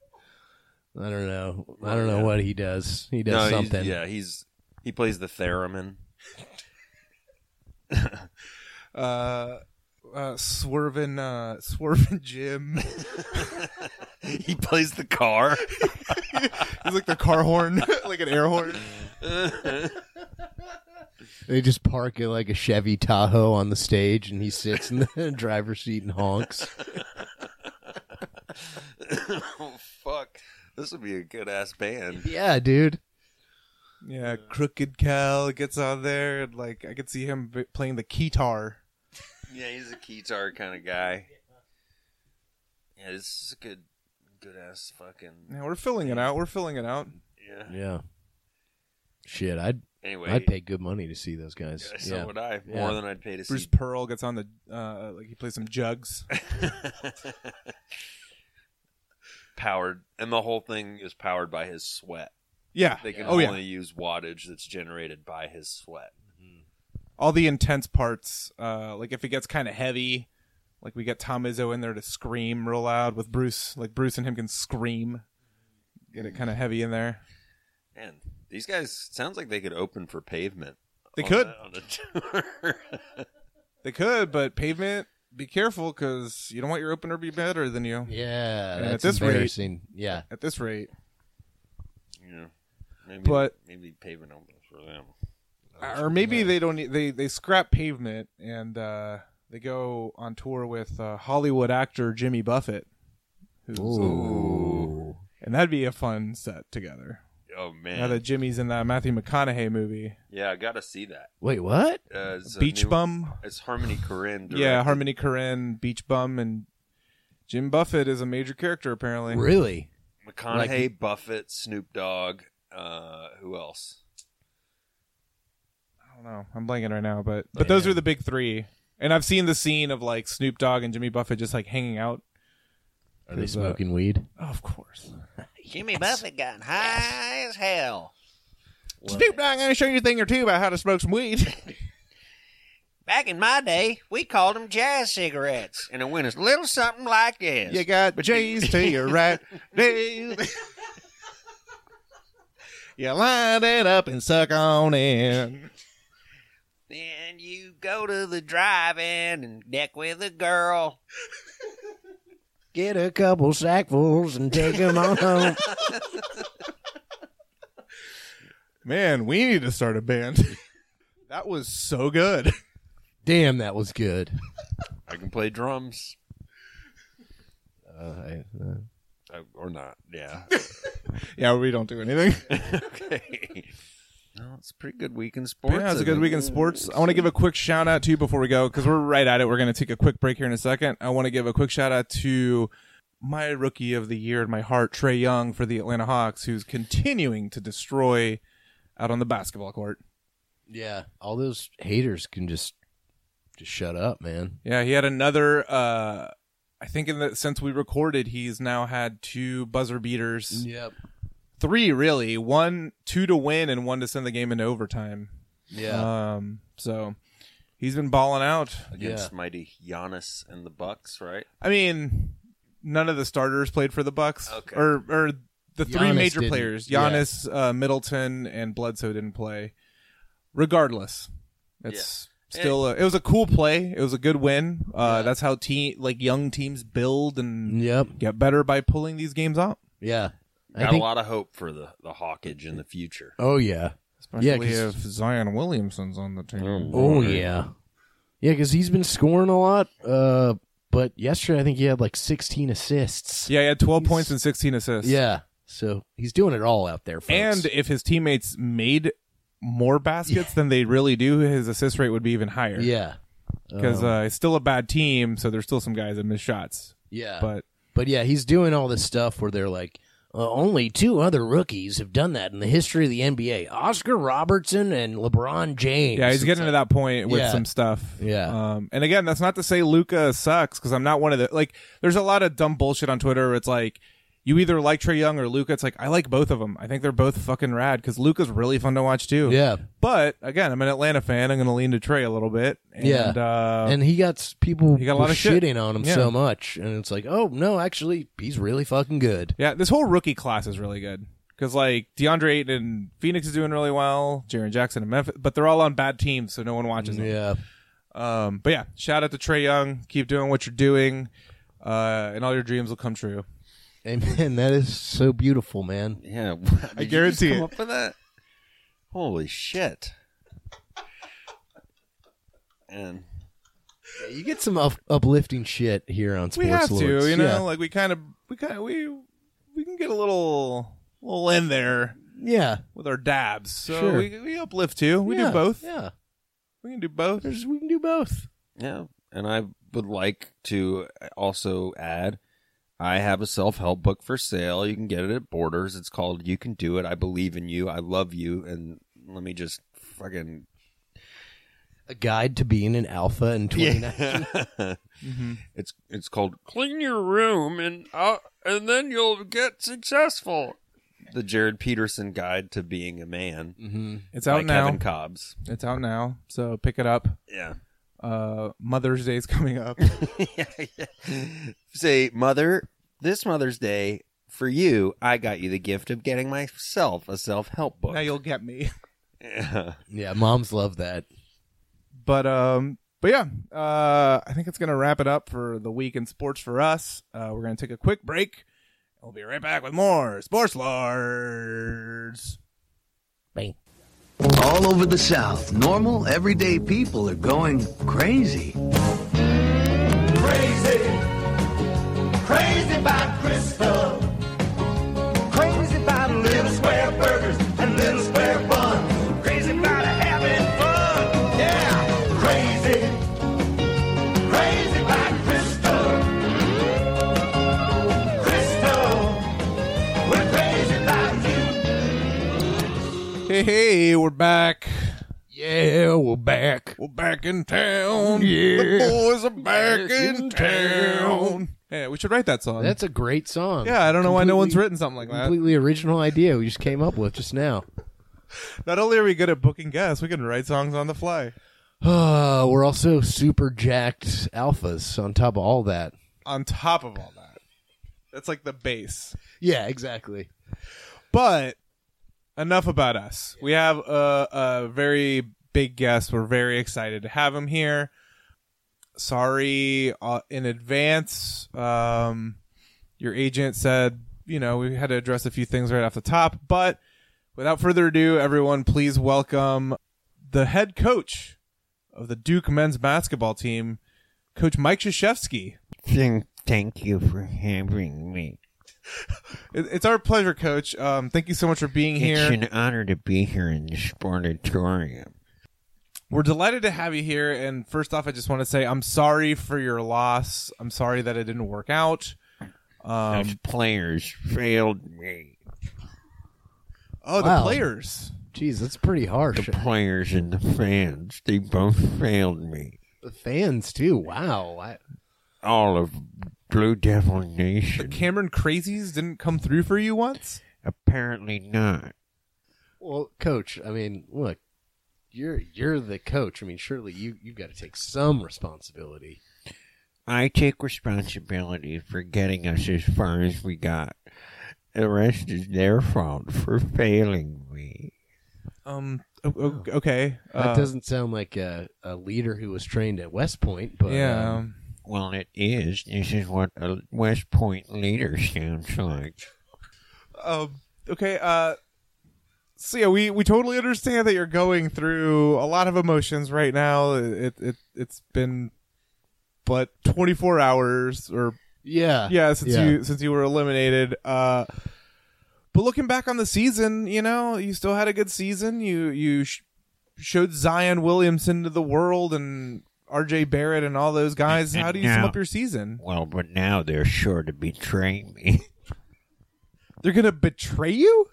I don't know. I don't know what he does. He does
he's-
something.
yeah, he's he plays the theremin.
Uh, uh, swerving, uh, swerving Jim.
he plays the car.
he's like the car horn, like an air horn.
They just park it like a Chevy Tahoe on the stage, and he sits in the driver's seat and honks.
oh fuck. This would be a good ass band.
Yeah, dude.
Yeah, Crooked Cal gets on there, and like I could see him b- playing the keytar.
Yeah, he's a guitar kind of guy. Yeah, this is a good good ass fucking
Yeah, we're filling it out. We're filling it out.
Yeah.
Yeah. Shit, I'd
Anyway,
I'd pay good money to see those guys.
yeah, so
Yeah.
would I.
Yeah.
More than I'd pay to
Bruce
see
Pearl gets on the uh, like he plays some jugs.
powered and the whole thing is powered by his sweat.
Yeah.
They can
Oh yeah.
only use wattage that's generated by his sweat.
All the intense parts. Uh, like if it gets kind of heavy, like we get Tom Izzo in there to scream real loud with Bruce. Like Bruce and him can scream. Get it kind of heavy in there.
Man, these guys sounds like they could open for pavement.
They
on
could.
a- on a tour.
They could, but pavement. Be careful, because you don't want your opener to be better than you.
Yeah,
And at
that's
this rate-
embarrassing. yeah.
At this rate,
yeah, maybe,
But-
maybe pavement opens for them.
or maybe they don't. Need, they they scrap pavement and uh, they go on tour with uh, Hollywood actor Jimmy Buffett, who's,
Ooh.
and that'd be a fun set together.
Oh man,
Now that Jimmy's in that Matthew McConaughey movie,
yeah, I gotta see that.
Wait, what?
Uh, it's a
Beach
new-
Bum.
It's Harmony Korine.
Yeah,
directed.
Harmony Korine, Beach Bum, and Jim Buffett is a major character apparently.
Really?
McConaughey, Buffett, Snoop Dogg. Uh, who else?
I don't know. I'm blanking right now, but but those are the big three. And I've seen the scene of like Snoop Dogg and Jimmy Buffett just like hanging out.
Are they
Is, uh,
smoking weed?
of course.
Jimmy Buffett got high as hell.
Snoop Dogg, I'm gonna show you a thing or two about how to smoke some weed.
Back in my day, we called them jazz cigarettes, and it went a little something like this.
got J's to your right. You line it up and suck on in.
Then you go to the drive-in and deck with a girl.
Get a couple sackfuls and take them on home.
Man, we need to start a band. that was so good.
Damn, that was good.
I can play drums
Uh, I-
Uh, or not. Yeah.
Yeah, we don't do anything.
okay. No, it's a pretty good week in sports.
Yeah, it's a
I
good
think.
week in sports. I want to give a quick shout out to you before we go because we're right at it. We're going to take a quick break here in a second. I want to give a quick shout out to my rookie of the year in my heart, Trey Young for the Atlanta Hawks, who's continuing to destroy out on the basketball court.
yeah, all those haters can just just shut up, man.
Yeah, he had another. uh I think in the since we recorded, he's now had two buzzer beaters,
Yep.
three really, one two to win and one to send the game into overtime. Um, so he's been balling out.
against mighty Giannis and the Bucks, right?
I mean, none of the starters played for the Bucks,
Okay.
or or the three
Giannis
major
didn't.
players:
Yeah.
Giannis, uh, Middleton, and Bledsoe didn't play. Regardless, it's still a, it was a cool play. It was a good win. Uh, That's how team like young teams build and
Yep.
get better by pulling these games out.
Yeah.
Got
I think.
a lot of hope for the the Hawkage in the future.
Oh yeah. Yeah,
Especially
'cause-
if Zion Williamson's on the team.
Oh yeah. Yeah, because he's been scoring a lot. Uh, but yesterday I think he had like 16 assists.
Yeah, he had 12 points and 16 assists.
Yeah. So he's doing it all out there, folks.
And if his teammates made more baskets than they really do, his assist rate would be even higher.
yeah.
because
Um,
uh, it's still a bad team, so there's still some guys that miss shots.
yeah.
But
But yeah, he's doing all this stuff where they're like, uh, only two other rookies have done that in the history of the NBA: Oscar Robertson and LeBron James.
yeah, he's getting to that point with
Yeah.
some stuff.
Yeah.
Um, and again, that's not to say Luca sucks because I'm not one of the like. There's a lot of dumb bullshit on Twitter. Where it's like you either like Trey Young or Luca. It's like I like both of them. I think they're both fucking rad because Luca's really fun to watch too.
Yeah,
But again, I'm an Atlanta fan. I'm going to lean to Trey a little bit. And,
Yeah.
Uh,
and he got s- people
He got a lot
were
of shit.
shitting on him
Yeah.
so much, and it's like, oh no, actually, he's really fucking good.
yeah, this whole rookie class is really good. Because like DeAndre Ayton and Phoenix is doing really well, Jaron Jackson and Memphis, but they're all on bad teams, so no one watches them.
Yeah,
Um, but yeah, shout out to Trey Young. Keep doing what you're doing, uh, and all your dreams will come true.
amen. That is so beautiful, man.
Yeah, Did you just
guarantee
come
it.
Up with that? Holy shit! And
Yeah, you get some up- uplifting shit here on
We
Sports
have
Lords.
to, you know,
Yeah.
like we kind of, we kind of, we we can get a little little in there
yeah,
with our dabs. So
Sure.
we, we uplift too. We
Yeah.
do both.
Yeah,
We can do both.
There's, we can do both.
yeah, and I would like to also add. I have a self help book for sale. You can get it at Borders. It's called You Can Do It. I believe in you. I love you. And let me just fucking
A guide to being an alpha in 29.
Yeah.
Mm-hmm.
It's it's called clean your room and uh, and then you'll get successful. The Jared Peterson Guide to Being a Man
Mm-hmm.
It's out
by
now.
Kevin Cobbs.
It's out now. So pick it up.
Yeah.
Uh, Mother's Day's coming up.
Say, mother, this Mother's Day for you, I got you the gift of getting myself a self
Oh,
help book.
now you'll get me.
Yeah.
Yeah, moms love that.
But um, but yeah, uh, I think it's gonna wrap it up for the week in sports for us. Uh, we're gonna take a quick break. We'll be right back with more sports lords.
All over the South, normal, everyday people are going crazy.
crazy, crazy about Crystal, crazy about little square burgers and little square buns, crazy about having fun, yeah, crazy, crazy about Crystal, Crystal, we're crazy about you.
Hey, hey, we're back.
Yeah, we're back.
We're back in town.
Yeah.
the boys are back,
Back
in,
in
town.
town.
Yeah, we should write that song.
That's a great song.
yeah, I don't know why no
Completely-
one's written something like that.
Completely original idea we just came up with just now.
Not only are we good at booking guests, we can write songs on the fly.
Uh, we're also super jacked alphas on top of all that.
On top of all that, that's like the base.
Yeah, exactly.
But enough about us. We have a, a very big guest. We're very excited to have him here. Sorry uh, in advance. Um, your agent said, you know, we had to address a few things right off the top. But without further ado, everyone, please welcome the head coach of the Duke men's basketball team, Coach Mike Krzyzewski.
Thank, thank you for having me.
It- It's our pleasure, Coach. Um, thank you so much for being
It's
here.
an honor to be here in this auditorium.
We're delighted to have you here. And first off, I just want to say I'm sorry for your loss. I'm sorry that it didn't work out. Um,
Those players failed me.
Oh, the
Wow.
players.
Jeez, that's pretty harsh. The,
Players and the fans, they both failed me.
fans too. Wow. I,
All of Blue Devil Nation.
Cameron Crazies didn't come through for you once.
Apparently not.
well, coach. I mean, look, you're you're the coach. I mean, surely you you've got to take some responsibility.
I take responsibility for getting us as far as we got. The rest is their fault for failing me.
Um. o- o- Okay.
That
Uh,
doesn't sound like a, a leader who was trained at West Point, but
yeah.
um,
um,
Well, it is. This is what a West Point leader sounds like.
Um, okay. Uh, so yeah, we, we totally understand that you're going through a lot of emotions right now. It it it's been, but 24 hours or
yeah,
yeah since
Yeah.
you since you were eliminated. Uh, but looking back on the season, you know, you still had a good season. You you sh- showed Zion Williamson to the world and R.J. Barrett and all those guys. How do you sum
Now-
up your season?
Well, but now they're sure to betray me.
They're gonna betray you.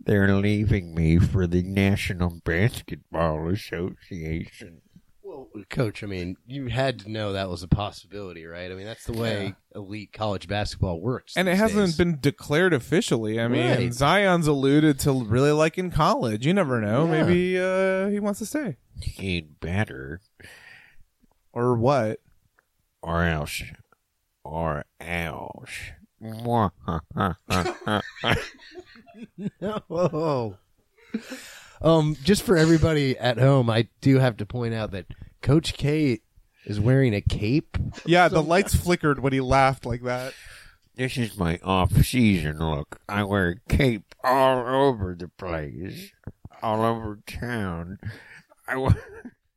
They're leaving me for the National Basketball Association.
Well, coach, I mean, you had to know that was a possibility, right? I mean, that's the way elite college basketball works,
and it
these
hasn't
days.
been declared officially. I mean,
Right.
Zion's alluded to really liking college. You never know.
Yeah.
Maybe uh, he wants to stay
He'd better,
or what?
or else, or else.
Oh. Um, just for everybody at home, I do have to point out that Coach Kate is wearing a cape.
Yeah, the lights flickered when he laughed like that.
This is my off-season look. I wear a cape all over the place, all over town. I wa-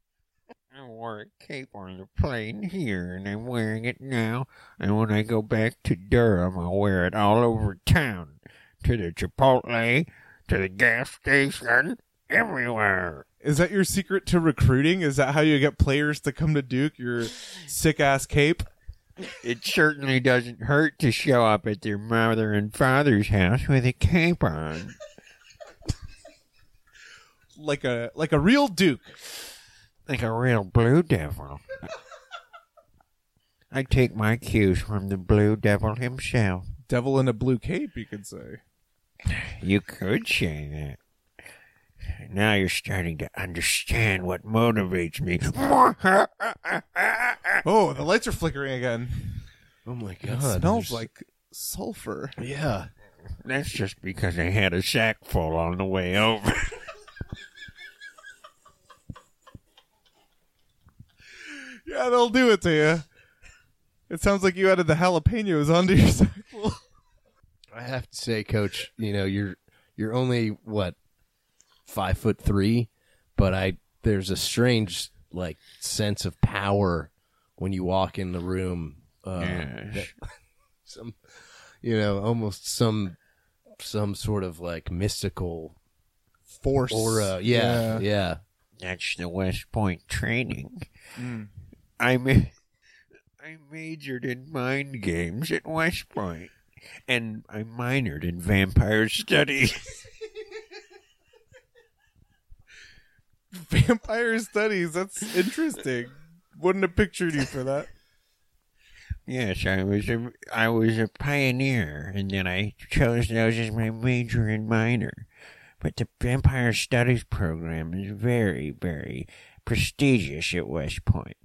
I wore a cape on the plane here, and I'm wearing it now. And when I go back to Durham, I'll wear it all over town, to the Chipotle, to the gas station, everywhere.
Is that your secret to recruiting? Is that how you get players to come to Duke? Your sick ass cape.
It certainly doesn't hurt to show up at their mother and father's house with a cape on.
Like a like a real Duke.
like a real blue devil. I take my cues from the blue devil himself.
Devil in a blue cape, you could say.
You could say that. Now you're starting to understand what motivates me.
Oh, the lights are flickering again.
Oh my
It
god.
smells like sulfur.
Yeah.
That's just because I had a sack full on the way over.
Yeah, they'll do it to you. It sounds like you added the jalapenos onto your side.
I have to say, Coach, you know, you're you're only what five foot three, but I there's a strange like sense of power when you walk in the room. Uh,
Yes.
that- some, you know, almost some some sort of like mystical
Force
aura. Yeah, yeah.
That's the West Point training.
Mm.
I ma- I majored in mind games at West Point, and I minored in vampire studies.
vampire studies. That's interesting. Wouldn't have pictured you for that.
Yes, I was a I was a pioneer, and then I chose those as my major and minor. But the Vampire Studies program is very, very prestigious at West Point,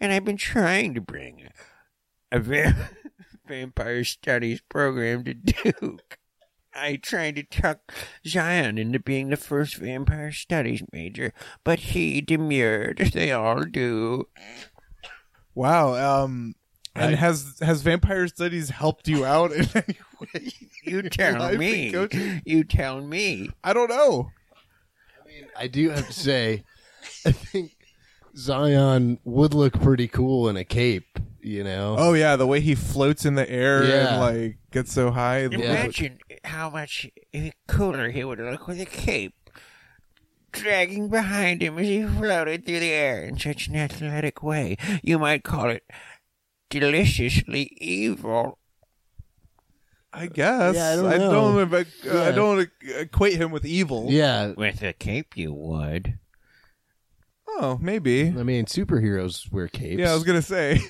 and I've been trying to bring a va- Vampire Studies program to Duke. I tried to talk Zion into being the first vampire studies major, but he demurred, as they all do.
Wow. Um, and has has vampire studies helped you out in any way?
You tell
Life
me.
coaching?
You tell me.
I don't know.
I do have to say, I think Zion would look pretty cool in a cape. You know,
Oh yeah, the way he floats in the air
Yeah.
and like gets so high.
Imagine how much cooler he would look with a cape. Dragging behind him as he floated through the air in such an athletic way, you might call it deliciously evil.
I guess.
Yeah, I don't
I
know.
don't, evac- uh, I
Yeah.
don't equate him with evil.
yeah.
With a cape, you would.
Oh, maybe.
I mean, superheroes wear capes.
Yeah, I was gonna say.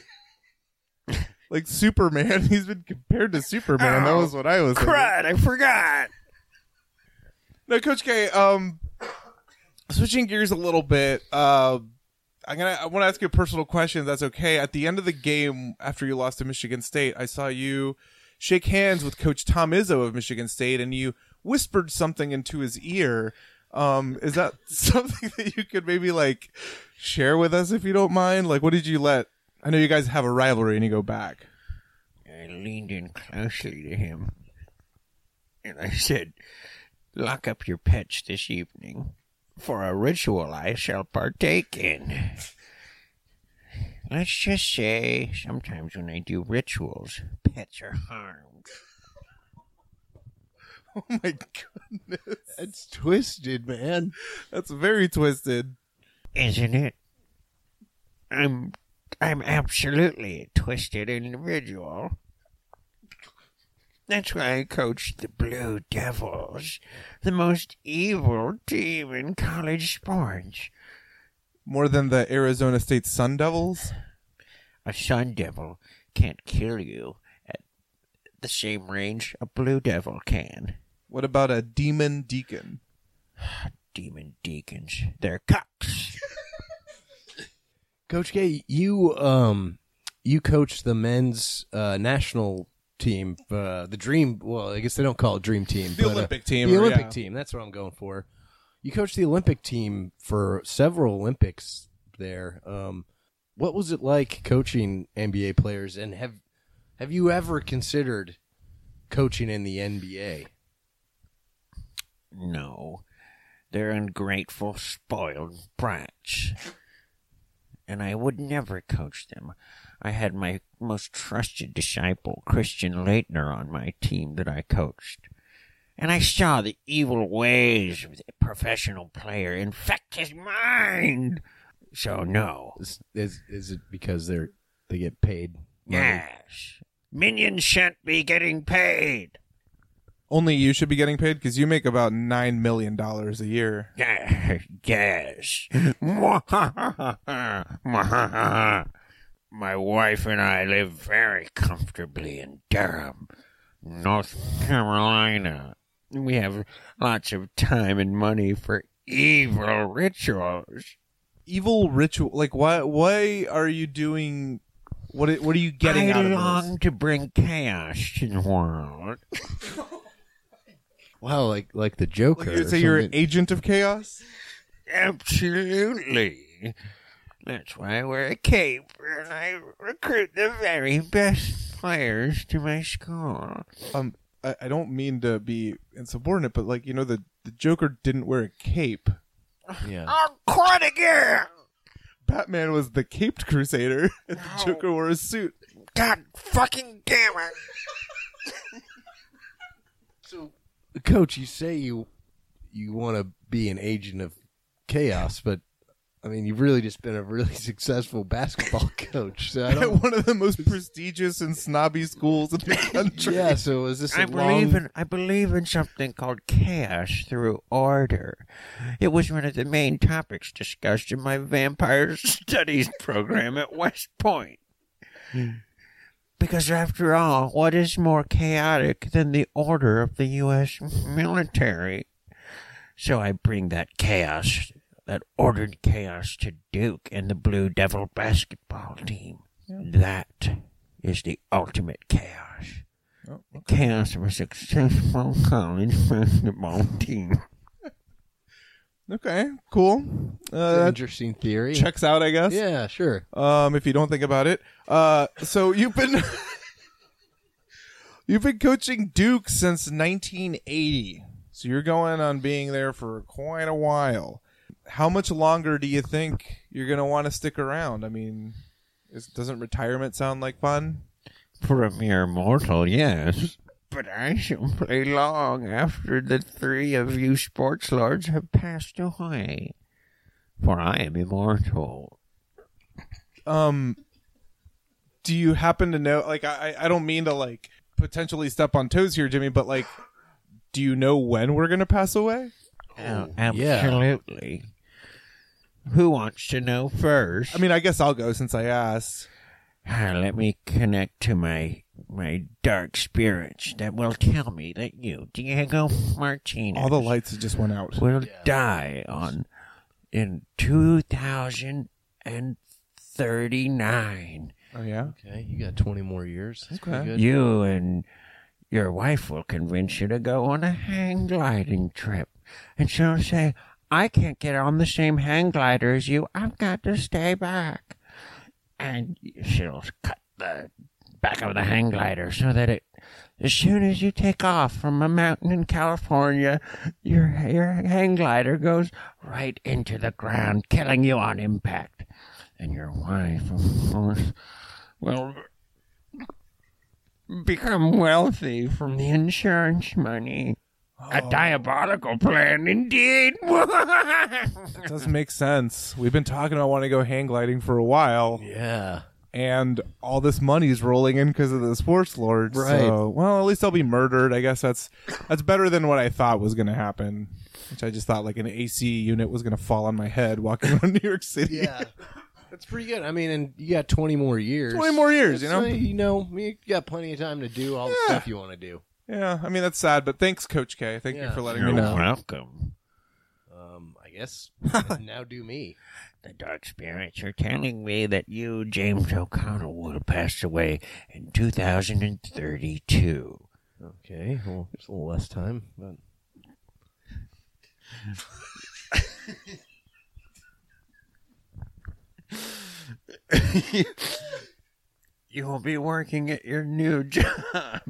like Superman, he's been compared to Superman. that was what I was. thinking.
Crud! I forgot.
No, Coach K. Um, switching gears a little bit. Uh, I'm gonna. I want to ask you a personal question. if That's okay. At the end of the game, after you lost to Michigan State, I saw you shake hands with Coach Tom Izzo of Michigan State, and you whispered something into his ear. Um, is that something that you could maybe like share with us if you don't mind? Like, what did you let? I know you guys have a rivalry, and you go back.
I leaned in closely to him and I said, Lock up your pets this evening for a ritual I shall partake in. Let's just say sometimes when I do rituals, pets are harmed.
Oh my goodness,
It's twisted, man.
that's very twisted.
Isn't it? I'm I'm absolutely a twisted individual. That's why I coached the Blue Devils, the most evil team in college sports.
More than the Arizona State Sun Devils.
A sun devil can't kill you at the same range a blue devil can.
What about a demon deacon?
Demon deacons, they're cocks.
Coach K, you um, you coach the men's uh, national team, uh, the Dream. Well, I guess they don't call it Dream Team.
The
but, uh,
Olympic team,
The
or-
Olympic
yeah.
team. That's what I'm going for. You coached the Olympic team for several Olympics there. Um, what was it like coaching NBA players, and have have you ever considered coaching in the NBA?
No, they're ungrateful, spoiled brats. And I would never coach them. I had my most trusted disciple, Christian Leitner, on my team that I coached. And I saw the evil ways of the professional player infect his mind. So, no.
Is is, is it because they're they get paid? money?
Yes. Minions shan't be getting paid.
Only you should be getting paid because you make about nine million dollars a year.
Yes. My wife and I live very comfortably in Durham, North Carolina. We have lots of time and money for evil rituals.
Evil ritual, like why? Why are you doing? What? i- What are you getting
I
out
long
of this?
to bring chaos to the world.
Wow, like like the Joker.
Like, you
or
say you're an
something.
agent of chaos.
Absolutely. That's why I wear a cape and I recruit the very best players to my school.
Um, I, I don't mean to be insubordinate, but like you know, the the Joker didn't wear a cape.
yeah.
I'm caught again!
Batman was the caped crusader, and the Joker wore a suit.
God fucking damn it!
Coach, you say you you want to be an agent of chaos, but I mean, you've really just been a really successful basketball coach. So I
At
don't.
one of the most prestigious and snobby schools in the country.
Yeah. So is this a
I
long?
believe in I believe in something called chaos through order. It was one of the main topics discussed in my vampire studies program at West Point. Because after all, what is more chaotic than the order of the US military? So I bring that chaos, that ordered chaos to Duke and the Blue Devil basketball team. That is the ultimate chaos.
Oh,
cast of a successful college basketball team.
Okay, cool. Uh, that
Interesting theory.
checks out, I guess.
Yeah, sure.
um, if you don't think about it. Uh, so you've been you've been coaching Duke since 1980. So you're going on being there for quite a while. How much longer do you think you're going to want to stick around? I mean, is, doesn't retirement sound like fun?
For a mere mortal, yes. But I shall play long after the three of you sports lords have passed away. For I am immortal.
Um, do you happen to know? Like, I I I don't mean to like potentially step on toes here, Jimmy, but like, do you know when we're going to pass away?
Oh, absolutely. Who wants to know first?
I mean, I guess I'll go since I asked.
Ah, let me connect to my my dark spirits that will tell me that you, Diego Martinez,
All the lights just went out.
will die on in two thousand and thirty nine.
Oh yeah.
Okay, you got 20 more years. That's pretty
Okay.
good.
You and your wife will convince you to go on a hang gliding trip, and she'll say, "I can't get on the same hang glider as you. I've got to stay back," and she'll cut the back of the hang glider so that it. As soon as you take off from a mountain in California, your, your hang glider goes right into the ground, killing you on impact. And your wife, of course, will become wealthy from the insurance money. A diabolical plan indeed.
It does make sense. We've been talking about wanting to go hang gliding for a while,
Yeah.
and all this money's rolling in because of the sports lord.
Right.
So, well, at least I'll be murdered. I guess that's that's better than what I thought was going to happen. Which I just thought like an AC unit was going to fall on my head walking around New York City.
Yeah. That's pretty good. I mean, and you got 20 more years.
20 more years, you
That's,
know?
uh, You know, you got plenty of time to do all the
Yeah.
stuff you want to do.
Yeah, I mean that's sad, but thanks, Coach K. Thank you
Yeah.
for letting
You're
me know.
welcome.
Um, I guess now do me.
The dark spirits are telling me that you, James O'Connell, will pass away in 2032.
Okay, well, it's a little less time, but
You will be working at your new job,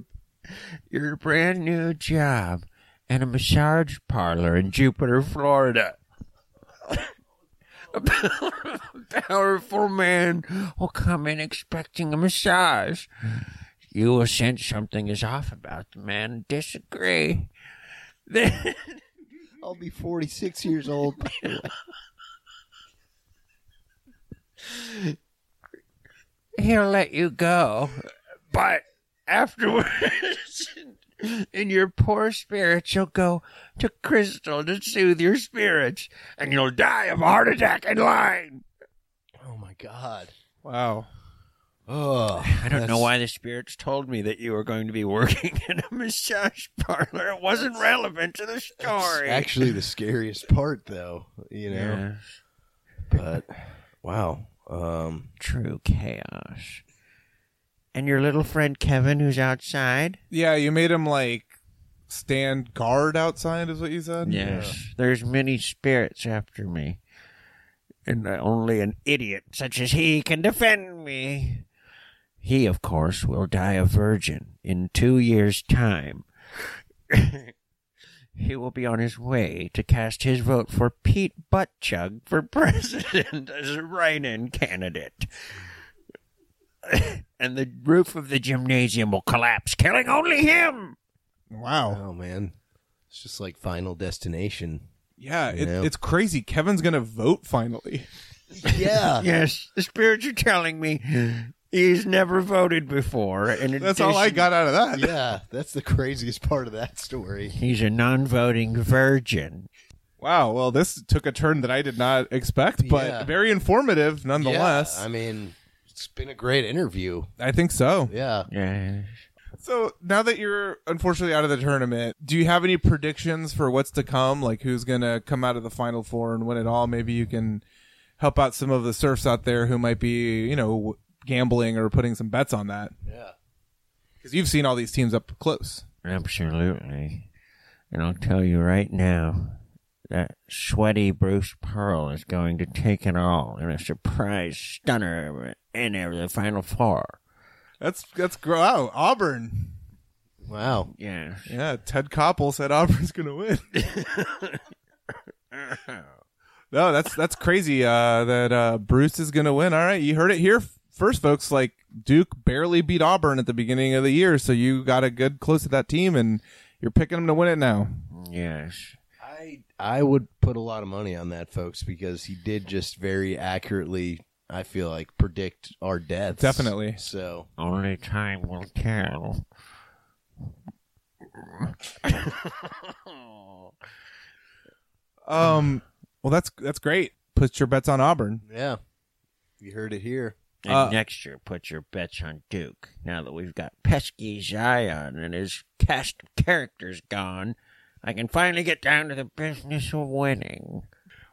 your brand new job, at a massage parlor in Jupiter, Florida. a powerful man will come in expecting a massage. You will sense something is off about the man and disagree. Then
I'll be 46 years old.
he'll let you go. But afterwards, in your poor spirits, you'll go to Crystal to soothe your spirits, and you'll die of a heart attack in line.
oh my god.
Wow.
Oh,
I don't know why the spirits told me that you were going to be working in a massage parlor. It wasn't relevant to the story.
actually the scariest part though, you know.
Yeah,
But wow. Um
true chaos. And your little friend Kevin, who's outside?
Yeah, you made him like stand guard outside, is what you said.
Yes, there's many spirits after me, and uh, only an idiot such as he can defend me. He, of course, will die a virgin in two years' time. he will be on his way to cast his vote for Pete Buttchug for president as a write-in candidate. and the roof of the gymnasium will collapse, killing only him.
Wow.
oh man. It's just like final destination.
Yeah, it,
Yeah.
it's crazy. Kevin's gonna vote finally.
Yeah.
Yes, the spirits are telling me he's never voted before, and
That's all I got out of that.
yeah, that's the craziest part of that story.
He's a non-voting virgin.
Wow. Well, this took a turn that I did not expect, but
Yeah.
very informative nonetheless.
Yeah, I mean, it's been a great interview.
I think so.
Yeah.
Yes.
So now that you're unfortunately out of the tournament, do you have any predictions for what's to come? Like who's gonna come out of the final four and win it all? Maybe you can help out some of the serfs out there who might be, you know, gambling or putting some bets on that.
Yeah.
Because you've seen all these teams up close.
Absolutely. And I'll tell you right now that sweaty Bruce Pearl is going to take it all in a surprise stunner in the Final Four.
That's that's wow, Auburn.
Wow.
Yeah.
Yeah, Ted Koppel said Auburn's gonna win. no, that's that's crazy. Uh, that uh, Bruce is gonna win. All right, you heard it here f- first, folks. Like Duke barely beat Auburn at the beginning of the year, so you got a good close to that team, and you're picking them to win it now.
Yes.
I I would put a lot of money on that, folks, because he did just very accurately. I feel like predict our deaths.
Definitely.
So
Only time will tell.
Um, well, that's that's great. Put your bets on Auburn.
yeah, you heard it here.
And
Uh,
next year, put your bets on Duke. Now that we've got pesky Zion and his cast of characters gone, I can finally get down to the business of winning.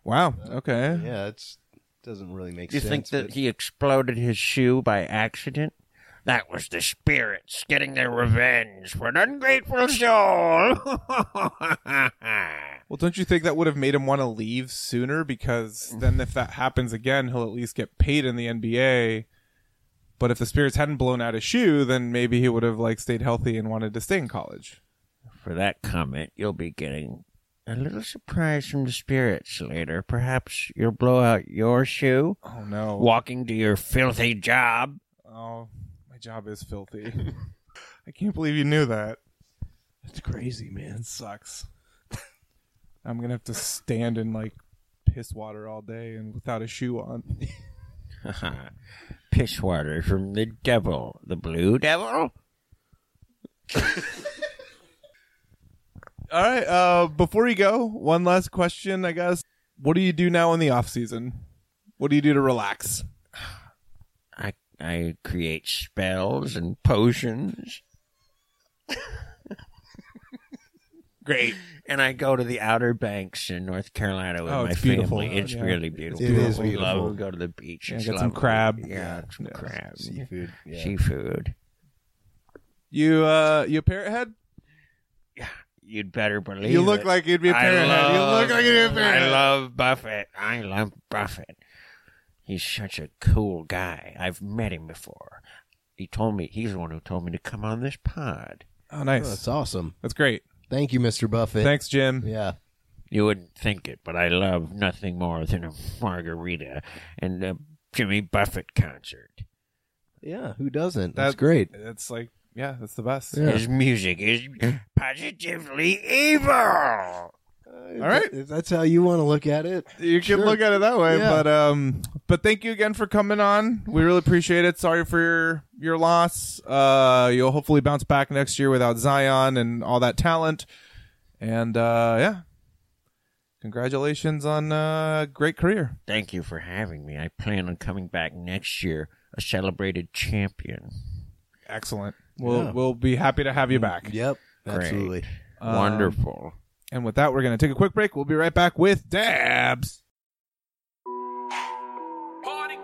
Wow. Okay.
Yeah, it's doesn't really make
Do you
sense.
think that
but-
he exploded his shoe by accident? That was the spirits getting their revenge for an ungrateful soul.
Well, don't you think that would have made him want to leave sooner? Because then, if that happens again, he'll at least get paid in the NBA. But if the spirits hadn't blown out his shoe, then maybe he would have like stayed healthy and wanted to stay in college.
for that comment, you'll be getting a little surprise from the spirits later. Perhaps you'll blow out your shoe
Oh no!
walking to your filthy job.
Oh, my job is filthy. I can't believe you knew that. That's crazy, man. It sucks. I'm gonna have to stand in like piss water all day and without a shoe on.
Piss water from the devil, the blue devil.
All right. Uh, before we go, one last question, I guess. What do you do now in the off season? What do you do to relax?
I I create spells and potions. Great. And I go to the Outer Banks in North Carolina with
Oh,
my
it's beautiful.
family. It's
Yeah.
really beautiful.
It is
Love,
beautiful.
go to the beach.
Yeah,
It's
get some
lovely.
crab.
Yeah, some
Yeah.
crab.
seafood? Yeah.
Seafood.
You uh, you a parrot head?
You'd better believe
you look
it.
like you'd be a
I
parrot head. You
love-
look like you'd be a parrot
I
head.
love Buffett. I love Buffett. He's such a cool guy. I've met him before. He told me he's the one who told me to come on this pod.
Oh,
Oh, that's
nice.
awesome.
That's great.
Thank you, Mr. Buffett.
Thanks, Jim.
Yeah.
You wouldn't think it, but I love nothing more than a margarita and a Jimmy Buffett concert.
Yeah. Who doesn't? that's
That-
great.
That's like, yeah, that's the best.
Yeah.
His music is positively evil.
All
right.
Uh, If that's how you want to look at it.
You can
Sure.
look at it that way,
Yeah.
but um, but thank you again for coming on. We really appreciate it. Sorry for your your loss. Uh, you'll hopefully bounce back next year without Zion and all that talent. And uh, yeah, congratulations on uh, great career.
Thank you for having me. I plan on coming back next year, a celebrated champion.
Excellent. We'll
Yeah.
we'll be happy to have you back.
Yep. Absolutely.
Um,
Wonderful.
And with that, we're gonna take a quick break. We'll be right back with Dabs.
Party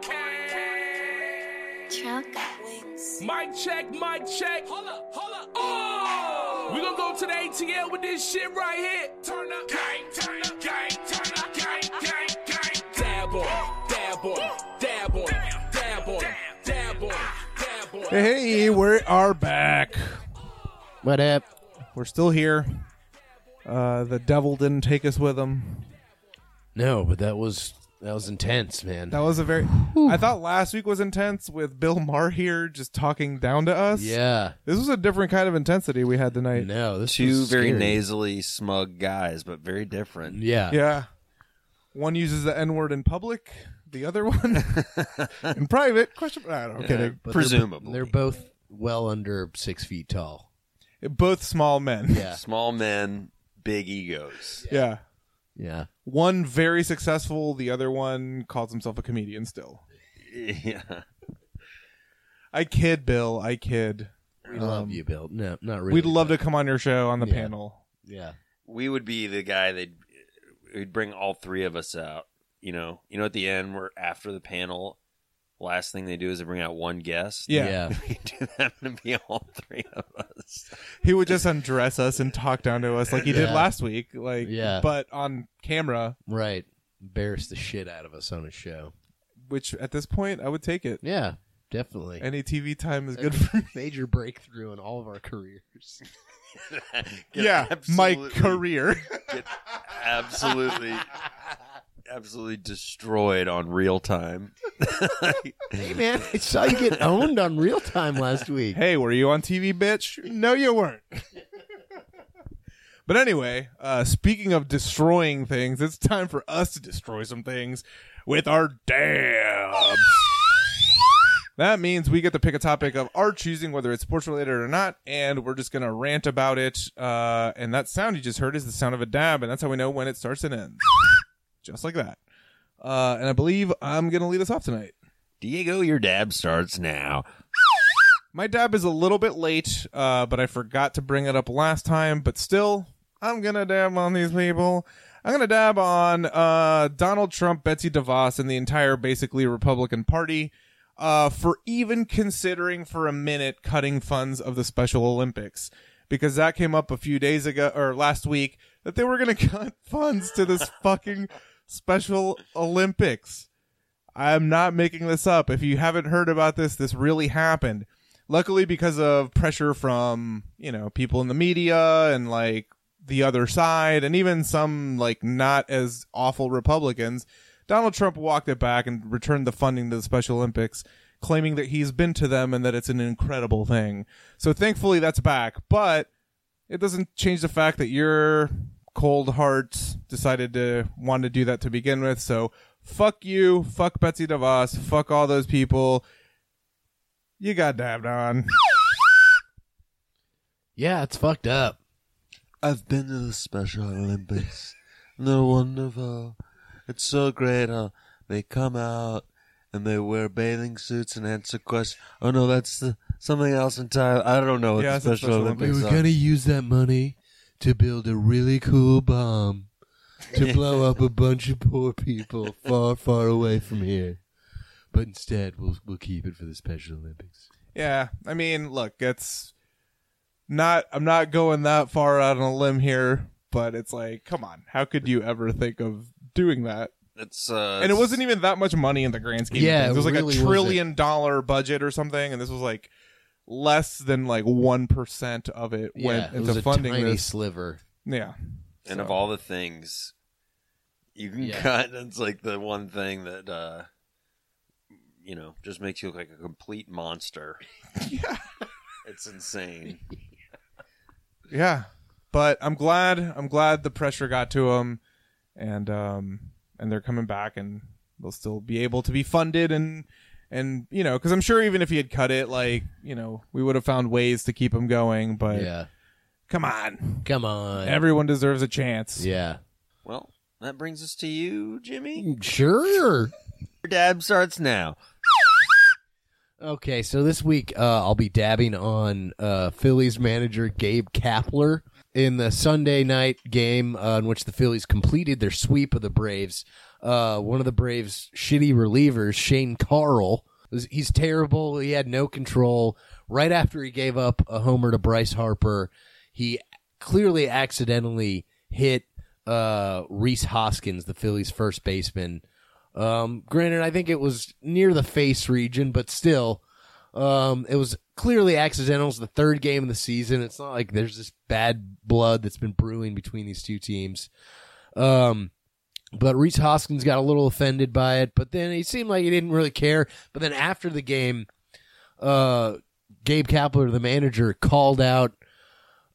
Truck wings.
Mic check, mic check. Hold up, hold up. Oh! We gonna go to the ATL with this shit right here. Turn up. Gang, turn up, gang, turn up, gang, gang, gang. Dab on, it, dab on, it, dab on, it, dab on, it, dab on, it, dab on. it.
Hey, we are back.
What up?
We're still here. Uh, the devil didn't take us with him.
No, but that was that was intense, man.
That was a very. I thought last week was intense with Bill Maher here just talking down to us.
yeah.
This was a different kind of intensity we had tonight.
No, this
Two
was
very
scary.
nasally, smug guys, but very different.
Yeah.
Yeah. One uses the N word in public, the other one in private. Question. I don't kidding.
But they're-
Presumably,
They're both well under six feat tall.
Both small men.
Yeah.
small men, big egos.
Yeah.
Yeah.
One very successful, the other one calls himself a comedian still.
Yeah,
I kid, Bill. I kid.
We love you, Bill. No, not really.
We'd love to come on your show on the
Yeah.
panel.
Yeah.
we would be the guy that would bring all three of us out. You know, you know, at the end, we're after the panel, last thing they do is they bring out one guest.
Yeah.
We do that to be all three of us.
He would just undress us and talk down to us like he did
Yeah.
last week. Like,
Yeah.
but on camera,
right. Embarrass the shit out of us on a show.
which at this point I would take it.
Yeah, definitely.
Any TV time is good for me.
Major breakthrough in all of our careers.
Get
yeah, my
absolutely-
career.
Get absolutely, absolutely destroyed on real time.
hey man, I saw you get owned on real time last week.
hey, were you on TV, bitch? No, you weren't. but anyway, uh, speaking of destroying things, it's time for us to destroy some things with our dabs. That means we get to pick a topic of our choosing, whether it's sports related or not, and we're just gonna rant about it. Uh, and that sound you just heard is the sound of a dab, and that's how we know when it starts and ends, just like that. Uh, and I believe I'm gonna lead us off tonight.
Diego, your dab starts now.
My dab is a little bit late, uh, but I forgot to bring it up last time. But still, I'm gonna dab on these people. I'm gonna dab on uh, Donald Trump, Betsy DeVos, and the entire basically Republican Party uh, for even considering for a minute cutting funds of the Special Olympics because that came up a few days ago or last week that they were gonna cut funds to this fucking Special Olympics. I'm not making this up. If you haven't heard about this, this really happened. Luckily, because of pressure from, you know, people in the media and like the other side and even some like not as awful Republicans, Donald Trump walked it back and returned the funding to the Special Olympics, claiming that he's been to them and that it's an incredible thing. So thankfully that's back, but it doesn't change the fact that your cold hearts decided to want to do that to begin with. So fuck you, fuck Betsy DeVos, fuck all those people. You got dabbed on.
Yeah, it's fucked up.
I've been to the Special Olympics. They're wonderful. It's so great how they come out and they wear bathing suits and answer questions. Oh no, that's the, something else entirely. I don't know what
Yeah,
the
it's the
Special,
Special
Olympics,
Olympics.
are.
use that money to build a really cool bomb to blow up a bunch of poor people far, far away from here. But instead, we'll we'll keep it for the Special Olympics.
Yeah, I mean, look, it's not. I'm not going that far out on a limb here, but it's like, come on, how could you ever think of doing that?
That's uh,
And it wasn't even that much money in the grand scheme. of
Yeah,
things. it was
it
like
really
a
wasn't.
trillion dollar budget or something, and this was like less than like one percent of it went
it
into
was a
funding
tiny
this.
sliver.
Yeah,
And of all the things you can
Yeah.
cut, it's like the one thing that uh you know just makes you look like a complete monster. It's insane.
yeah. But I'm glad. I'm glad the pressure got to them, and um, and they're coming back, and they'll still be able to be funded and and you know because i'm sure even if he had cut it like you know we would have found ways to keep him going but
Yeah,
come on
come on.
everyone deserves a chance
yeah,
Well, that brings us to you, Jimmy.
sure.
Your dab starts now.
Okay, so this week uh, I'll be dabbing on uh, Phillies manager Gabe Kapler in the Sunday night game uh, in which the Phillies completed their sweep of the Braves. Uh, one of the Braves' shitty relievers, Shane Carl, was, he's terrible. He had no control. Right after he gave up a homer to Bryce Harper, he clearly accidentally hit uh, Reese Hoskins, the Phillies' first baseman. Um, granted, I think it was near the face region, but still, um, it was clearly accidental. It's the third game of the season. It's not like there's this bad blood that's been brewing between these two teams. Um, but Reese Hoskins got a little offended by it, but then he seemed like he didn't really care. But then after the game, uh, Gabe Kapler, the manager, called out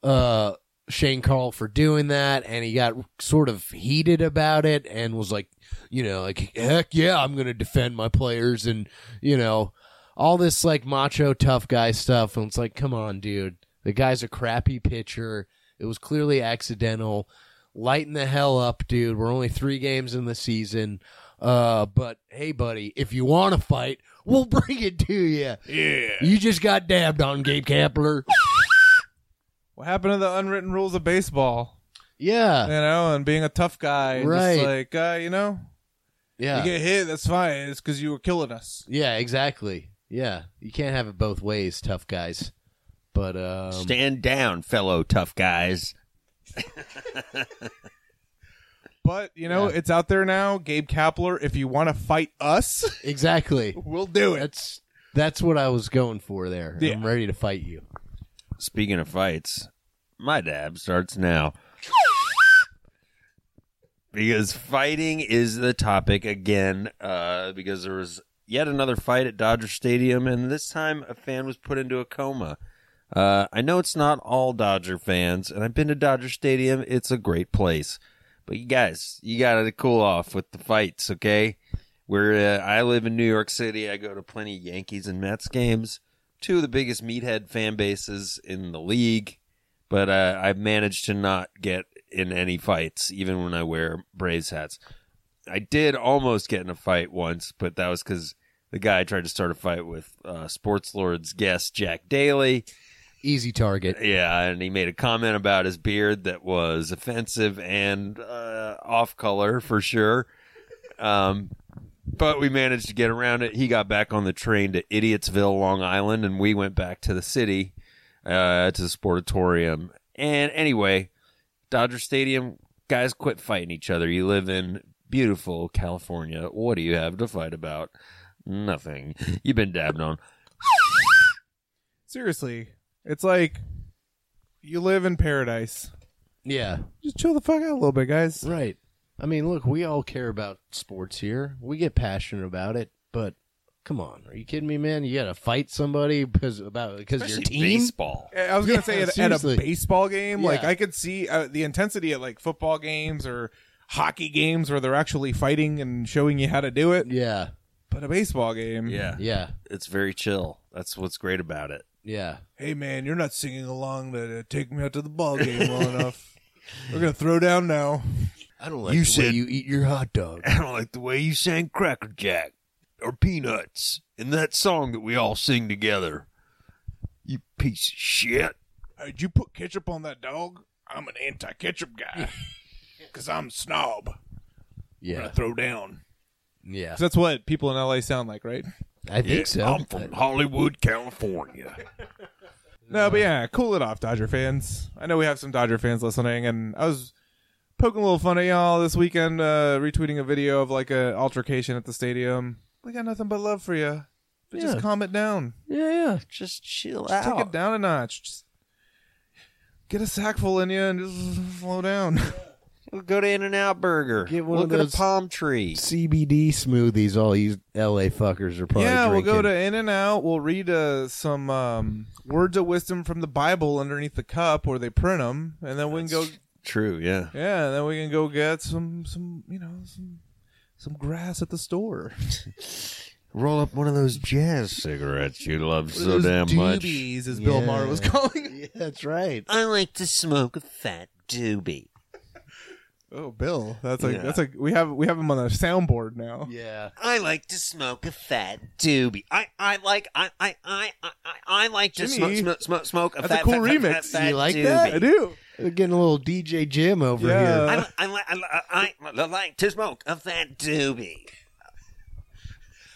uh, Shane Carl for doing that, and he got sort of heated about it and was like, you know, like, heck yeah, I'm going to defend my players and, you know, all this like macho tough guy stuff. And it's like, come on, dude. The guy's a crappy pitcher. It was clearly accidental. Lighten the hell up, dude. We're only three games in the season. Uh, but hey, buddy, if you want to fight, we'll bring it to you. Yeah. You just got dabbed on, Gabe Kapler.
what happened to the unwritten rules of baseball
Yeah.
you know and being a tough guy and
Right.
just like uh, you know
Yeah.
You get hit, that's fine. It's because you were killing us.
yeah, exactly. Yeah. You can't have it both ways, tough guys. But um
Stand down, fellow tough guys.
But you know, it's out there now. Gabe Kapler, if you want to fight us,
exactly.
we'll do it.
That's that's what I was going for there.
Yeah.
I'm ready to fight you.
Speaking of fights, my dab starts now. because fighting is the topic again, uh, because there was yet another fight at Dodger Stadium, and this time a fan was put into a coma. Uh, I know it's not all Dodger fans, and I've been to Dodger Stadium. It's a great place. But you guys, you got to cool off with the fights, okay? Where uh, I live in New York City, I go to plenty of Yankees and Mets games two of the biggest meathead fan bases in the league, but uh, I've managed to not get in any fights, even when I wear Braves hats. I did almost get in a fight once, but that was because the guy tried to start a fight with uh, Sports Lord's guest Jack Daly.
Easy target.
Yeah, and he made a comment about his beard that was offensive and uh, off color for sure. Um, but we managed to get around it. He got back on the train to Idiotsville, Long Island, and we went back to the city uh, to the Sportatorium. And anyway, Dodger Stadium, guys quit fighting each other. You live in beautiful California. What do you have to fight about? Nothing. You've been dabbed on.
Seriously, it's like you live in paradise.
Yeah.
Just chill the fuck out a little bit, guys.
Right. I mean, look, we all care about sports here. We get passionate about it, but come on, are you kidding me, man? You got to fight somebody because about because your team.
Baseball.
I was gonna
Yeah,
say at, at a
seriously.
baseball game, like
Yeah.
I could see uh, the intensity at like football games or hockey games where they're actually fighting and showing you how to do it.
Yeah.
But a baseball game,
Yeah.
Yeah.
It's very chill. That's what's great about it.
Yeah.
Hey man, you're not singing along to uh, take me out to the ball game well enough. We're gonna throw down now.
I don't like
You
the way
said-
you eat your hot dog.
I don't like the way you sang Cracker Jack or Peanuts in that song that we all sing together. You piece of shit.
Hey, Uh, Did you put ketchup on that dog? I'm an anti-ketchup guy, cause I'm a snob. I'm
Yeah.
gonna throw down.
Yeah.
that's what people in LA sound like, right?
I think so.
I'm from Hollywood, California.
No, but yeah, cool it off, Dodger fans. I know we have some Dodger fans listening, and I was poking a little fun at y'all this weekend, uh, retweeting a video of like a altercation at the stadium. We got nothing but love for you, but just
Yeah.
calm it down.
yeah. Yeah.
Just chill
Just take it down a notch. Just get a sackful in you and just slow down.
Go to In and Out Burger.
Get one
Look
of
at
those-
a palm tree.
CBD smoothies. All you LA fuckers are probably
yeah, we'll
drinking.
go to In and Out. We'll read uh, some um, words of wisdom from the Bible underneath the cup, where they print them, and then we can go
True, yeah.
Yeah, and then we can go get some some you know some some grass at the store.
Roll up one of those jazz cigarettes you love so
Those
damn much.
doobies, as Bill Maher was calling.
Yeah, that's right.
I like to smoke a fat doobie.
Oh, Bill, that's like that's like we have we have him on a soundboard now.
Yeah.
I like to smoke a fat doobie. I, I like I I I I, I like to
Jimmy,
smoke smoke smoke smoke a
that's a
fat
cool
fat, fat,
remix.
fat, fat
You like
doobie.
that?
I do.
We're getting a little DJ Jim over
Yeah.
here.
I, I, li- I, li- I, I like to smoke a fat doobie.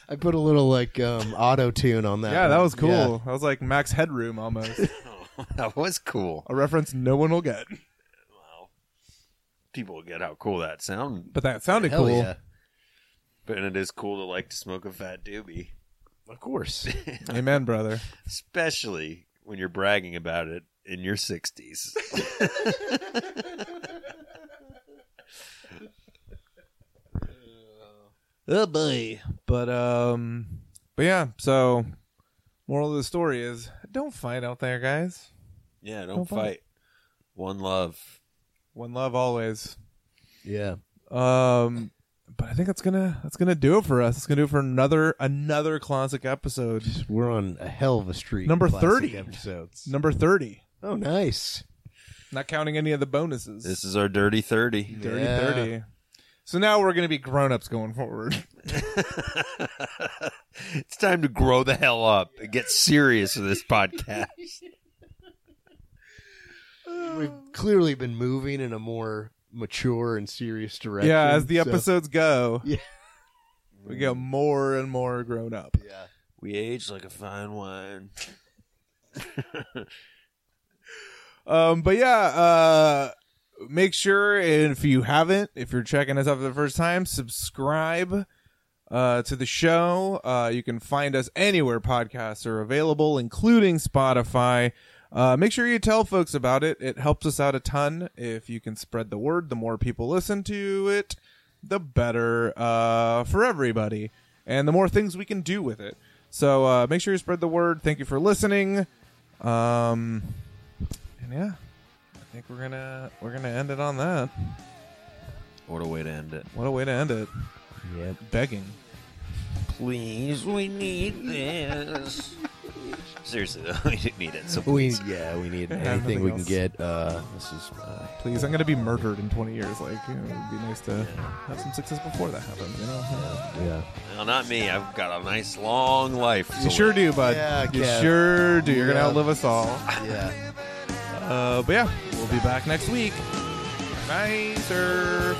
I put a little like um, auto tune on that.
Yeah, that
one.
was cool.
Yeah.
That was like Max Headroom almost.
That was cool.
a reference no one will get.
People get how cool that sound,
But that sounded
Hell
cool.
yeah.
but it is cool to like to smoke a fat doobie.
Of course.
Amen, brother.
especially when you're bragging about it in your 60s.
Oh boy.
But um but yeah, so moral of the story is don't fight out there, guys.
yeah, don't,
Don't
fight.
fight.
One love.
One love always.
yeah.
Um, but I think that's gonna that's gonna do it for us. It's gonna do it for another another classic episode,
We're on a hell of a streak.
Number
Classic
30.
episodes.
number thirty.
Oh, nice.
Not counting any of the bonuses.
This is our dirty 30.
dirty
Yeah.
thirty. So now we're gonna be grown ups going forward.
It's time to grow the hell up and get serious with this podcast.
We've clearly been moving in a more mature and serious direction.
yeah, as the
so-
episodes go.
Yeah.
We get more and more grown up.
Yeah.
We age like a fine wine.
Um, but yeah, uh, make sure if you haven't, if you're checking us out for the first time, subscribe uh, to the show. Uh, you can find us anywhere podcasts are available, including Spotify. Uh, make sure you tell folks about it. It helps us out a ton. If you can spread the word, the more people listen to it, the better uh, for everybody, and the more things we can do with it. So uh, make sure you spread the word. Thank you for listening. Um, and yeah, I think we're gonna we're gonna end it on that.
What a way to end it.
What a way to end it.
Yep.
Begging.
Please, we need this. Seriously, though, we do need it. So
We yeah, we need
Yeah,
anything we can
nothing
get. Uh, this is uh,
Please, I'm gonna be murdered in 20 years. Like, you know, it'd be nice to have some success before that happens. You know.
yeah.
Well, not me. I've got a nice long life.
You sure do, bud.
Yeah,
you
Kev.
sure do. You're
Yeah.
gonna outlive us all.
Yeah.
Uh, but yeah, we'll be back next week. Nicer.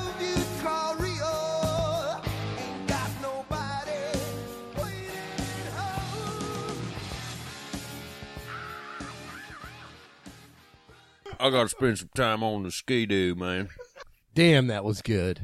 I gotta spend some time on the ski doo, man.
Damn, that was good.